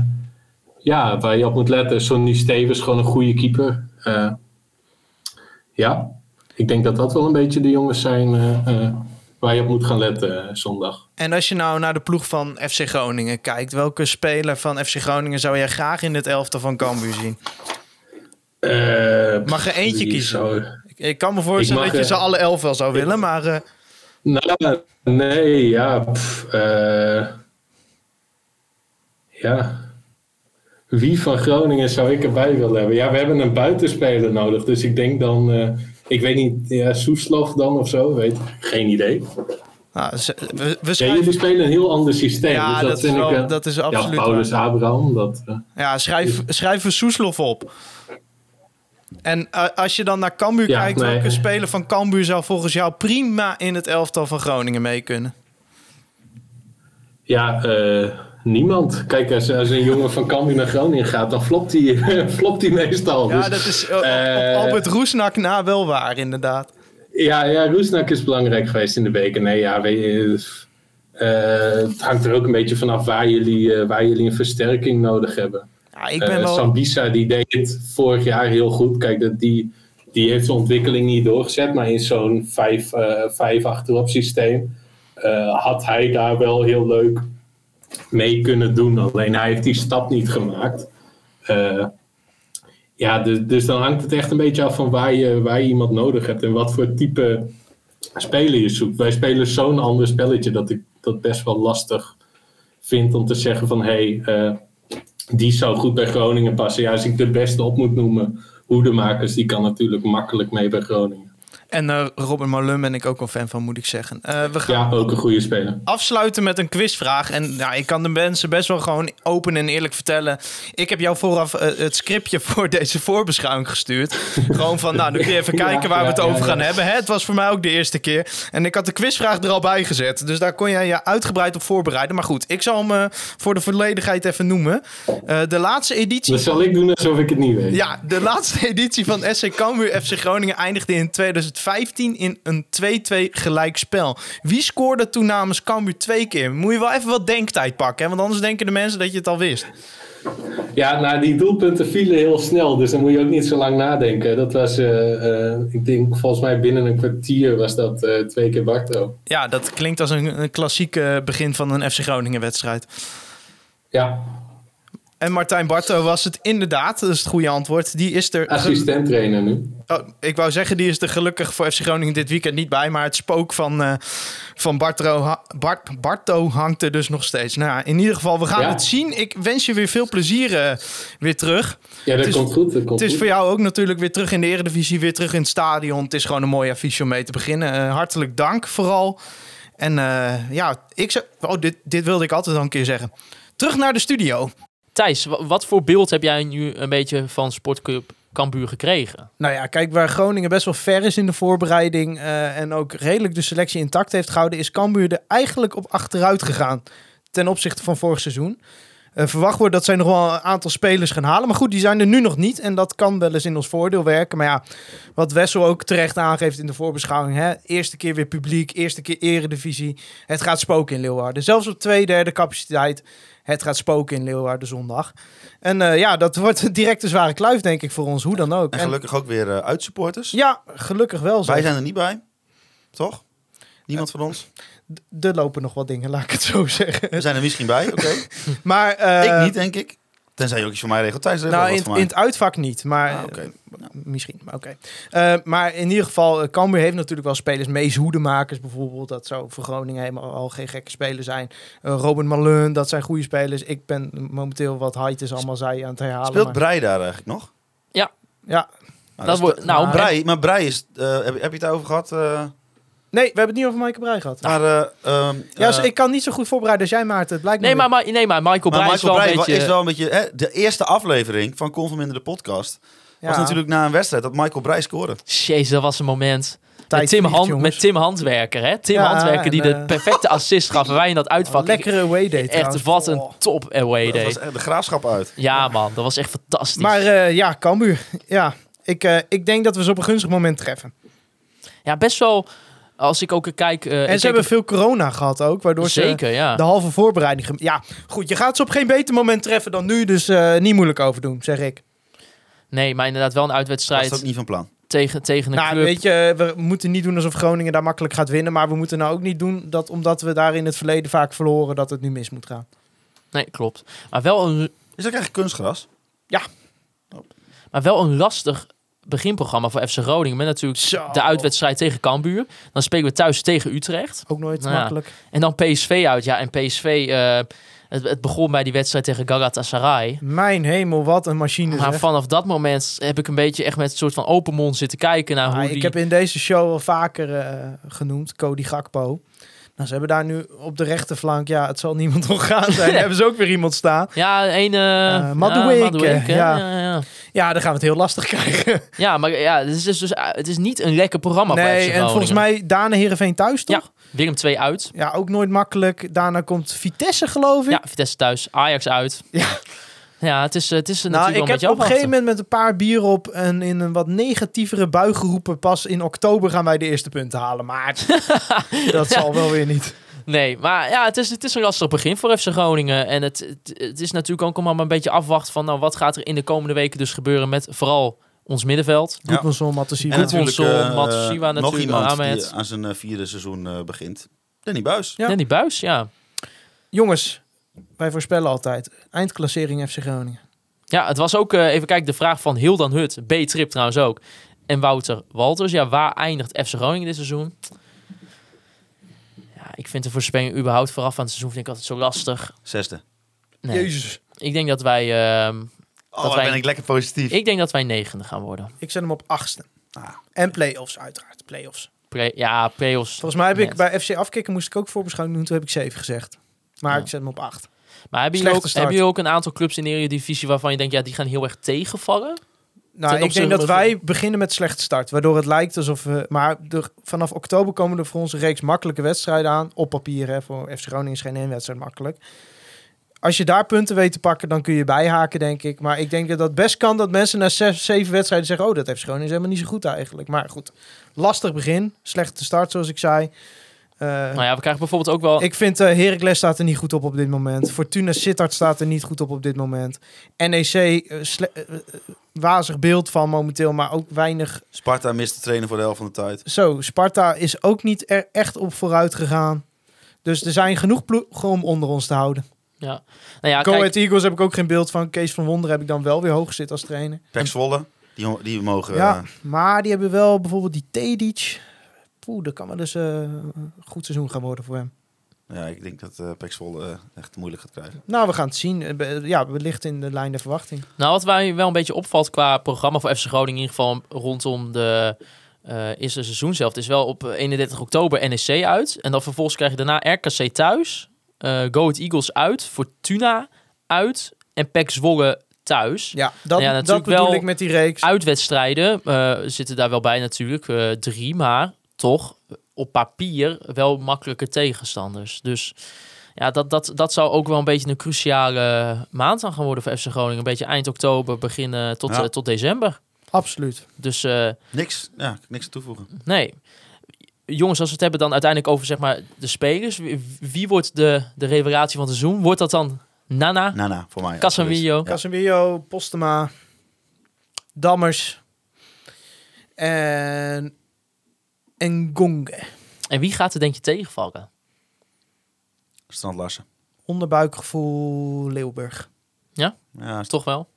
ja, waar je op moet letten. Sonny Stevens, gewoon een goede keeper. Eh, ja, ik denk dat dat wel een beetje de jongens zijn eh, eh, waar je op moet gaan letten eh, zondag.
En als je nou naar de ploeg van FC Groningen kijkt, welke speler van FC Groningen zou jij graag in het elftal van Cambuur zien? Mag er eentje
Eh, wie
kiezen?
zou-
Ik, ik kan me voorstellen
mag,
dat je
eh,
ze alle elf wel zou willen, maar eh,
Nou, nee, ja. pff, eh, ja. Wie van Groningen zou ik erbij willen hebben? Ja, we hebben een buitenspeler nodig. Dus ik denk dan, eh, ik weet niet, ja, Soeslof dan of zo, weet ik. Geen idee.
nou, ze- we, we
Ja,
schrijven-
jullie spelen een heel ander systeem.
Ja,
dus dat,
dat is
vind
wel-
ik, eh,
dat is absoluut
Ja, Paulus
waar.
Abraham, dat... eh,
Ja, schrijf, schrijf een Soeslof op. En eh, als je dan naar Cambuur
Ja,
kijkt,
nee.
welke speler van Cambuur zou volgens jou prima in het elftal van Groningen mee kunnen?
Ja, eh, niemand. Kijk, als, als een jongen van Cambuur naar Groningen gaat, dan flopt hij [LAUGHS] flopt hij meestal.
Ja,
Dus,
dat is eh, op-
eh,
op Albert Roesnak na wel waar, inderdaad.
Ja, ja Roesnak is belangrijk geweest in de beker. Nee, ja, weet je, eh, het hangt er ook een beetje vanaf waar jullie, eh, waar jullie een versterking nodig hebben.
Ja, ik
Eh,
ben wel...
Sambisa die deed het vorig jaar heel goed. Kijk, dat die, die heeft de ontwikkeling niet doorgezet. Maar in zo'n 5 vijf achterop systeem eh, had hij daar wel heel leuk mee kunnen doen. Alleen hij heeft die stap niet gemaakt. Eh, ja, dus, dus dan hangt het echt een beetje af van waar je, waar je iemand nodig hebt. En wat voor type speler je zoekt. Wij spelen zo'n ander spelletje dat ik dat best wel lastig vind om te zeggen van... Hey, eh, die zou goed bij Groningen passen. Ja, als ik de beste op moet noemen, hoedemakers, die kan natuurlijk makkelijk mee bij Groningen.
En eh Robin Malum ben ik ook wel fan van, moet ik zeggen. Eh, we gaan
Ja, ook een goede speler.
afsluiten met een quizvraag. En nou, ik kan de mensen best wel gewoon open en eerlijk vertellen. Ik heb jou vooraf eh, het scriptje [LAUGHS] voor deze voorbeschouwing gestuurd. gewoon van, nou, dan kun je even
Ja,
kijken waar we het
ja,
over
ja,
gaan
ja.
hebben. Hè, het was voor mij ook de eerste keer. En ik had de quizvraag er al bij gezet. Dus daar kon jij je uitgebreid op voorbereiden. Maar goed, ik zal hem eh, voor de volledigheid even noemen. Eh, de laatste editie
Dat zal ik doen alsof ik het niet weet.
ja, de laatste [LAUGHS] editie van SC Cambuur FC Groningen eindigde in 2015 in een 2-2 gelijkspel. Wie scoorde toen namens Cambuur twee keer? Moet je wel even wat denktijd pakken, hè? want anders denken de mensen dat je het al wist.
Ja, nou, die doelpunten vielen heel snel, dus dan moet je ook niet zo lang nadenken. Dat was, eh, eh, ik denk, volgens mij binnen een kwartier was dat eh, twee keer Bartro.
Ja, dat klinkt als een, een klassiek eh, begin van een FC Groningen wedstrijd.
Ja,
En Martijn Barto was het inderdaad, dat is het goede antwoord. Die is er...
assistent trainer nu.
Oh, ik wou zeggen, die is er gelukkig voor FC Groningen dit weekend niet bij. Maar het spook van, eh, van Bartro, ha- Bart, Barto hangt er dus nog steeds. Nou, ja, in ieder geval, we gaan
Ja.
het zien. Ik wens je weer veel plezier eh, weer terug.
Ja, dat
Het is-
komt goed. Dat
Het
komt
is
goed.
voor jou ook natuurlijk weer terug in de Eredivisie, weer terug in het stadion. Het is gewoon een mooi affiche om mee te beginnen. Eh, hartelijk dank vooral. En eh, ja, ik zou... Oh, dit, dit wilde ik altijd al een keer zeggen. Terug naar de studio.
Thijs, wa- wat voor beeld heb jij nu een beetje van Sportclub Cambuur gekregen?
Nou ja, kijk, waar Groningen best wel ver is in de voorbereiding eh, en ook redelijk de selectie intact heeft gehouden, is Cambuur er eigenlijk op achteruit gegaan ten opzichte van vorig seizoen. Eh, verwacht wordt dat zij nog wel een aantal spelers gaan halen. Maar goed, die zijn er nu nog niet. En dat kan wel eens in ons voordeel werken. Maar ja, wat Wessel ook terecht aangeeft in de voorbeschouwing. Hè? Eerste keer weer publiek, eerste keer eredivisie. Het gaat spoken in Leeuwarden. Zelfs op twee derde capaciteit. Het gaat spoken in Leeuwarden zondag. En eh, ja, dat wordt [LAUGHS] direct een zware kluif, denk ik, voor ons. Hoe dan ook.
En
En-
gelukkig ook weer eh, uitsupporters.
ja, gelukkig wel. Zo.
Wij zijn er niet bij, toch? Niemand van ons.
D- Er lopen nog wat dingen, laat ik het zo [LAUGHS] zeggen. [LAUGHS]
We zijn er misschien bij, oké.
Maar eh,
ik niet, denk ik. Tenzij je ook iets voor mij regelt tijdens de
Nou,
wat
in,
voor
in
mij.
het uitvak niet, maar eh,
Ah, oké.
misschien. Maar, oké. Eh, maar in ieder geval, eh, Cambuur heeft natuurlijk wel spelers. Mees Hoedemakers bijvoorbeeld, dat zou voor Groningen helemaal al geen gekke spelers zijn. Eh Robin Malun, dat zijn goede spelers. Ik ben momenteel wat Heites allemaal zei aan het herhalen.
Speelt
maar-
Brei daar eigenlijk nog?
Ja.
Nou,
dat wordt, nou,
maar-
Brei, maar Brei is... eh, heb, heb je het daarover gehad? eh
Nee, we hebben het niet over Maaike Breij gehad.
maar, eh, ehm,
ja, dus
eh,
ik kan niet zo goed voorbereiden als jij, Maarten. Het blijkt
nee,
me
maar, maar, nee, maar Michael
maar
Breij is
Michael
wel
Brei
een beetje...
is wel een beetje... Hè, de eerste aflevering van Conforminder de podcast
weer.
was
Ja,
natuurlijk na een wedstrijd dat Michael Brei scoorde.
Jezus, dat was een moment.
tijd
met, Tim
vliegt,
Hand,
jongens.
met Tim Handwerker, hè? Tim
Ja,
Handwerker die
en,
de
eh,
perfecte assist gaf en wij in dat uitvak.
Lekkere away day
Echt,
trouwens.
wat een
Oh.
top away
Dat
day.
was echt de graafschap uit.
Ja, man, dat was echt fantastisch.
Maar eh, ja, Cambuur. Ja, ik, eh, ik denk dat we ze op een gunstig moment treffen.
ja, best wel, als ik ook er kijk... eh, ik
En
keek
ze hebben
er-
veel corona gehad ook, waardoor ze
Zeker, ja.
de halve voorbereiding... gem- Ja, goed, je gaat ze op geen beter moment treffen dan nu, dus eh, niet moeilijk over doen, zeg ik.
Nee, maar inderdaad wel een
Dat
uitwedstrijd
is ook niet van plan.
tegen, tegen een
nou,
club.
weet je, we moeten niet doen alsof Groningen daar makkelijk gaat winnen, maar we moeten nou ook niet doen dat omdat we daar in het verleden vaak verloren, dat het nu mis moet gaan.
Nee, klopt. Maar wel een,
Is dat eigenlijk kunstgras?
maar wel een lastig beginprogramma voor FC Groningen. Met natuurlijk
Zo.
de uitwedstrijd tegen Cambuur. Dan spelen we thuis tegen Utrecht.
Ook nooit
Nou ja.
makkelijk.
En dan PSV uit. Ja, en PSV... eh, het, het begon bij die wedstrijd tegen Galatasaray.
Mijn hemel, wat een machine
Maar
zeg.
vanaf dat moment heb ik een beetje echt met een soort van open mond zitten kijken naar hoe
Ah,
die...
Ik heb in deze show al vaker eh, genoemd, Cody Gakpo. Nou, ze hebben daar nu op de rechterflank, ja, het zal niemand [LAUGHS]
[LAUGHS]
ontgaan zijn. hebben ze ook weer iemand staan.
Ja, een... eh ja,
Madueke,
Madueke,
ja.
ja, ja.
Ja, dan gaan we het heel lastig
[LAUGHS]
krijgen.
Ja, maar ja, het is dus, dus, eh, het is niet een lekker programma voor FC
nee, en
Groningen.
volgens mij Dane Heerenveen thuis,
Ja,
toch?
Willem 2 uit.
Ja. ook nooit makkelijk. Daarna komt Vitesse, geloof ik.
Ja, Vitesse thuis. Ajax uit.
Ja.
Ja, het is, eh, het is
nou,
natuurlijk wel
ik
een
heb
beetje
op een
afwachten.
gegeven moment met een paar bier op en in een wat negatievere bui geroepen. Pas in oktober gaan wij de eerste punten halen.
[LAUGHS]
Maar dat zal wel weer niet.
Nee, maar ja, het is, het is een lastig begin voor FC Groningen. En het, het, het is natuurlijk ook allemaal maar een beetje afwachten van... nou, wat gaat er in de komende weken dus gebeuren met vooral ons middenveld.
Ja.
Goedmanson, Matthijs.
En-
Goed.
Goedmanson,
eh,
Matsushima
nog
natuurlijk,
iemand
Ahmed.
die aan zijn eh, vierde seizoen eh, begint. Danny Buis.
Ja.
Ja. die Buis, ja.
Jongens, wij voorspellen altijd. Eindklassering FC Groningen.
Ja, het was ook, eh, even kijken, de vraag van Hildan Hut. B-trip trouwens ook. En Wouter Walters. Ja, waar eindigt FC Groningen dit seizoen? Ja, ik vind de voorspelling überhaupt vooraf aan het seizoen vind ik altijd zo lastig.
Zesde.
Nee.
Jezus.
Ik denk dat wij... ehm,
Oh,
Dat
dan
wij-
ben ik lekker positief.
ik denk dat wij negende gaan worden.
Ik zet hem op achtste.
Ah.
En play-offs uiteraard. Play-offs.
Pre- ja, play-offs.
Volgens mij heb ik
Net.
bij FC Afkikken moest ik ook voorbeschouwing doen. Toen heb ik 7 gezegd. Maar
Ja.
ik zet hem op 8.
Maar hebben jullie, ook,
Slechte start.
hebben jullie ook een aantal clubs in de Eredivisie waarvan je denkt, ja, die gaan heel erg tegenvallen?
Nou,
Ten
ik denk
opzichte
dat
van-
wij beginnen met slecht start. Waardoor het lijkt alsof we... Maar er- vanaf oktober komen er voor ons een reeks makkelijke wedstrijden aan. Op papier, hè. Voor FC Groningen is geen één wedstrijd makkelijk. Als je daar punten weet te pakken, dan kun je bijhaken, denk ik. Maar ik denk dat dat best kan dat mensen na zes, zeven wedstrijden zeggen... Oh, dat heeft Groningen is helemaal niet zo goed eigenlijk. Maar goed, lastig begin. Slechte start, zoals ik zei. Eh,
Nou ja, we krijgen bijvoorbeeld ook wel...
ik vind eh Heracles staat er niet goed op op dit moment. Fortuna Sittard staat er niet goed op op dit moment. NEC, eh, sle- eh, eh, wazig beeld van momenteel, maar ook weinig.
Sparta mist de trainer voor de helft van de tijd.
Zo, Sparta is ook niet er echt op vooruit gegaan. Dus er zijn genoeg ploegen om onder ons te houden.
Ja. Nou ja,
Go
kijk,
Ahead Eagles heb ik ook geen beeld van. Kees van Wonder heb ik dan wel weer hoog zitten als trainer.
Pek Zwolle, die, mo- die mogen...
Ja,
eh,
maar die hebben wel bijvoorbeeld die Tedic. Poeh, dat kan wel eens eh, een goed seizoen gaan worden voor hem.
ja, ik denk dat eh Pek Zwolle eh, echt moeilijk gaat krijgen.
Nou, we gaan het zien. Eh, be- Ja, wellicht in de lijn der verwachting.
Nou, wat mij wel een beetje opvalt qua programma voor FC Groningen, in ieder geval rondom de eh eerste seizoen zelf, is wel op eh, 31 oktober NEC uit. En dan vervolgens krijg je daarna RKC thuis, eh Go Ahead Eagles uit, Fortuna uit en PEC Zwolle thuis.
Ja, dat,
Ja,
dat
natuurlijk
bedoel
wel
ik met die reeks.
Uitwedstrijden eh, zitten daar wel bij natuurlijk, eh, drie, maar toch op papier wel makkelijke tegenstanders. Dus ja, dat, dat, dat zou ook wel een beetje een cruciale maand dan gaan worden voor FC Groningen. Een beetje eind oktober, begin eh, tot,
Ja.
eh, tot december.
Absoluut.
Dus eh,
Niks, ja, niks aan toevoegen.
nee. Jongens, als we het hebben dan uiteindelijk over zeg maar, de spelers. Wie, wie wordt de, de revelatie van het seizoen? Wordt dat dan Nana,
Nou, nou, voor mij. absoluut.
Casemiro?
Ja.
Casemiro, Postema, Dammers en Engonge.
En wie gaat er denk je tegenvallen?
Strand Larsen.
Onderbuikgevoel Leeuwburg.
Ja?
Ja,
Toch wel?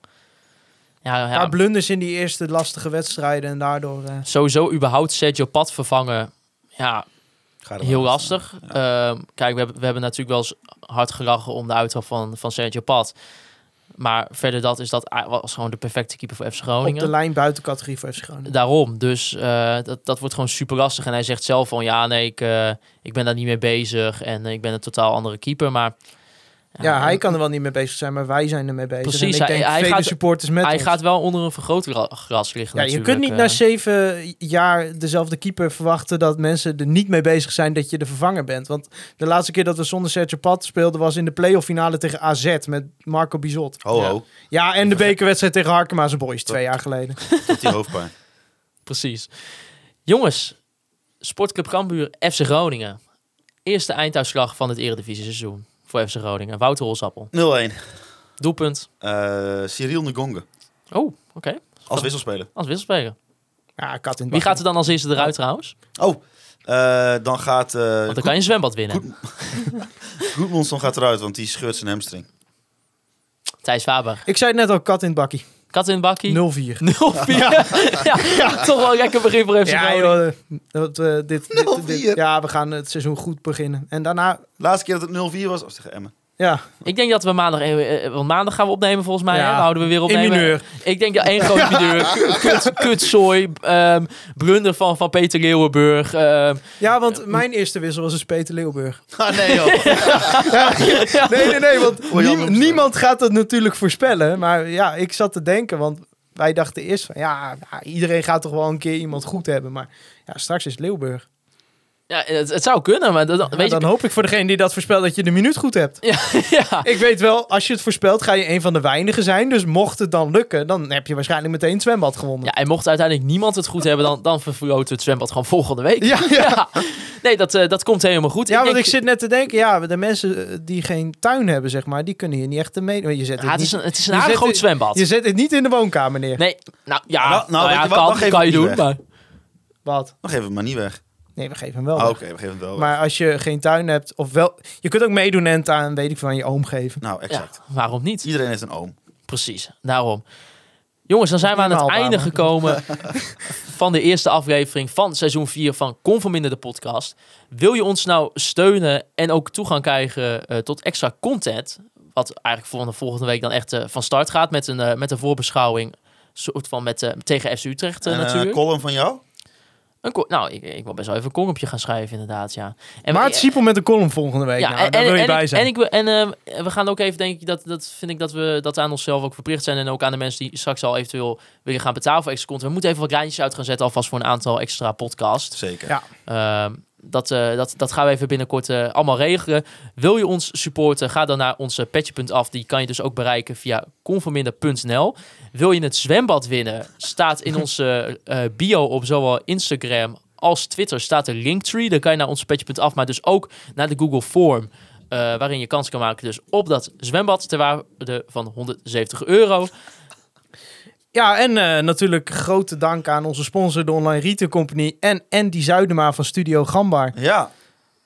Ja,
Een paar
ja
blunders in die eerste lastige wedstrijden en daardoor... eh,
sowieso überhaupt Sergio Pat vervangen. Ja,
ga er
heel
maar.
lastig. Ehm, kijk, we hebben, we hebben natuurlijk wel eens hard gelachen om de uitval van, van Sergio Pat. Maar verder dat is dat hij was gewoon de perfecte keeper voor FC
op
Groningen.
de lijn buiten categorie voor FC Groningen.
Daarom, dus eh, dat, dat wordt gewoon super lastig. En hij zegt zelf van ja, nee, ik, eh, ik ben daar niet mee bezig en ik ben een totaal andere keeper. Maar eh,
Ja, hij kan er wel niet mee bezig zijn, maar wij zijn er mee bezig.
Precies,
en ik
hij-
denk
hij
vele
gaat-
supporters met
hij
ons.
gaat wel onder een vergrootglas liggen.
Ja, je
natuurlijk,
kunt niet
eh.
na zeven jaar dezelfde keeper verwachten dat mensen er niet mee bezig zijn dat je de vervanger bent. Want de laatste keer dat we zonder Sergio Pat speelden was in de playoff finale tegen AZ met Marco Bizot.
Ho, ho.
Ja, en de bekerwedstrijd tegen Harkema's Boys twee jaar geleden.
Tot die
[LAUGHS]
hoofdpijn.
Precies. Jongens, Sportclub Cambuur, FC Groningen. Eerste einduitslag van het eredivisie-seizoen voor FC Groningen. Wouter Holsappel.
0-1.
Doelpunt.
Eh, Cyril Ngonge.
Oh, oké.
Als wisselspeler.
Als wisselspeler.
Ja, kat in het
Wie
bak.
gaat er dan als eerste eruit trouwens?
Oh, eh, dan gaat... eh
Want dan kan je een zwembad winnen.
Goedmonson gaat eruit, want die scheurt zijn hamstring.
Thijs Faber.
Ik zei het net al, kat in het bakkie.
Kat in het bakkie.
0-4.
0-4. [LAUGHS] Ja. toch wel een lekker begin voor FC
Ja,
Groningen.
joh. eh, Dat, eh, dit, dit-
0-4.
dit- ja, we gaan het seizoen goed beginnen. En daarna,
Laatste keer dat het 0-4 was, was tegen Emmen.
ja,
Ik denk dat we maandag... eh, eh, Want maandag gaan we opnemen volgens mij.
Ja.
hè? We houden we weer
in
opnemen.
mineur.
Ik denk dat één grote mineur.
[LAUGHS]
Kut, kutzooi. ehm, blunder van, van Peter Leeuwenburg. ehm,
Ja, want mijn eerste wissel was dus Peter Leeuwburg.
[LAUGHS] Ah,
[LAUGHS]
nee joh.
Nee, nee, nee, want
Wil je
niem-
anders?
niemand gaat dat natuurlijk voorspellen. Maar ja, ik zat te denken, want wij dachten eerst van... Ja, ja, iedereen gaat toch wel een keer iemand goed hebben. Maar ja, straks is Leeuwburg.
Ja, het, het zou kunnen, maar dat,
Ja,
weet
dan
je...
hoop ik voor degene die dat voorspelt dat je de minuut goed hebt.
[LAUGHS] Ja,
Ik weet wel, als je het voorspelt ga je een van de weinigen zijn. Dus mocht het dan lukken, dan heb je waarschijnlijk meteen het zwembad gewonnen.
ja, en mocht uiteindelijk niemand het goed hebben, dan, dan vervloot het zwembad gewoon volgende week. [LAUGHS]
Ja, ja.
Nee, dat, eh, dat komt helemaal goed.
Ja, want
denk-
ik zit net te denken, ja, de mensen eh, die geen tuin hebben, zeg maar, die kunnen hier niet echt mee. want Je zet
Ja,
het,
het is
niet,
een, het is een
je
aardig
zet
groot
het-
zwembad.
je zet het niet in de woonkamer neer.
Nee, nou ja,
Nou, nou,
nou
weet
ja,
je wat, dan
kan,
geef
kan
ik
je
die
doen.
weg.
Maar,
Wat?
Dan geven we het maar niet weg.
Nee, we geven hem wel.
Oh,
Ah,
Oh, weg.
Oké, we geven het wel weg.
Maar als je geen tuin hebt, of wel... Je kunt ook meedoen en het aan, weet ik van je oom geven.
Nou,
ja,
exact.
waarom niet?
Iedereen heeft een oom.
Precies, daarom. Jongens, dan zijn we aan het
Helemaal
einde
waar, [LAUGHS]
gekomen van de eerste aflevering van seizoen 4 van Kom Verminder de podcast. Wil je ons nou steunen en ook toegang krijgen eh, tot extra content, wat eigenlijk volgende, volgende week dan echt eh, van start gaat met een, eh, met een voorbeschouwing, soort van met, eh, tegen FC Utrecht eh,
En, eh,
natuurlijk.
column van jou?
Een ko- nou, ik, ik wil best wel even een kolompje gaan schrijven inderdaad, ja. En
Maar het Siepel met een column volgende week. nou, daar wil je
en,
bij
ik-
zijn.
En, ik, wil- en eh, we gaan ook even, denk ik, dat, dat vind ik dat we dat aan onszelf ook verplicht zijn. En ook aan de mensen die straks al eventueel willen gaan betalen voor extra content. We moeten even wat lijntjes uit gaan zetten, alvast voor een aantal extra podcasts.
Zeker.
Ja.
Ehm, dat, eh, dat, dat gaan we even binnenkort eh, allemaal regelen. Wil je ons supporten, ga dan naar eh, onze patje.af. Die kan je dus ook bereiken via conforminder.nl. Wil je het zwembad winnen, staat in onze eh, bio op zowel Instagram als Twitter staat de linktree. Dan kan je naar onze patje.af, maar dus ook naar de Google Form. eh, waarin je kans kan maken dus op dat zwembad ter waarde van 170 euro.
Ja, en eh, natuurlijk grote dank aan onze sponsor, de Online Retail Company... en Andy Zuidema van Studio Gambar.
Ja,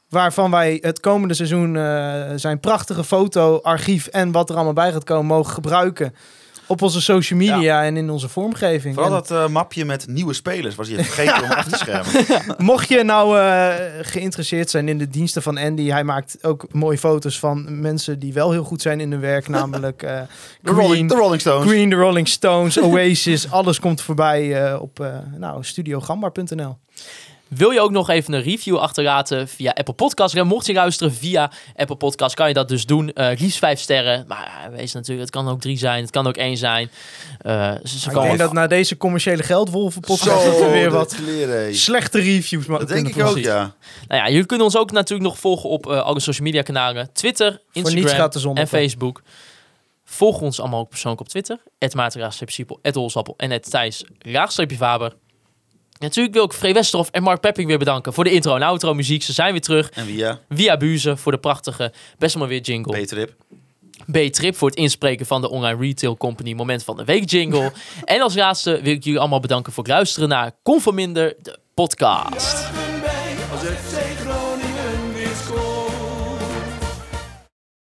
Waarvan wij het komende seizoen eh, zijn prachtige foto, archief... en wat er allemaal bij gaat komen, mogen gebruiken... op onze social media en in onze vormgeving.
vooral
En
dat eh, mapje met nieuwe spelers was hij even vergeten om
[LAUGHS]
af te schermen.
Mocht je nou eh, geïnteresseerd zijn in de diensten van Andy, hij maakt ook mooie foto's van mensen die wel heel goed zijn in hun
[LAUGHS]
werk, namelijk eh
De Rolling,
Green,
de Rolling Stones.
Green, de Rolling
[LAUGHS]
Stones, Oasis, alles komt voorbij eh, op eh nou, studiogambar.nl.
Wil je ook nog even een review achterlaten via Apple Podcasts? En mocht je luisteren via Apple Podcasts, kan je dat dus doen. Eh liefst vijf sterren. Maar eh, wees natuurlijk, het kan ook drie zijn, het kan ook één zijn. Eh, ze, ze
Ik
komen
denk dat
ook-
na deze commerciële geldwolven podcast
Zo,
dat er weer
de
wat
kleren.
slechte reviews maar
Dat denk ik ook, ja.
Nou ja, jullie kunnen ons ook natuurlijk nog volgen op eh, alle social media kanalen. Twitter,
niets
Instagram
gaat de zon
en
op, hè?
Facebook. Volg ons allemaal ook persoonlijk op Twitter. Het Maarten-Siepel, het Olsappel en het Thijs-Vaber. Natuurlijk wil ik Free Westerhof en Mark Pepping weer bedanken voor de intro en outro muziek. Ze zijn weer terug.
En wie ja?
Via Buzen voor de prachtige Best Maar Weer jingle.
P-Trip.
B-Trip voor het inspreken van de Online Retail Company Moment van de Week jingle. en als laatste wil ik jullie allemaal bedanken voor het luisteren naar Conforminder, de podcast.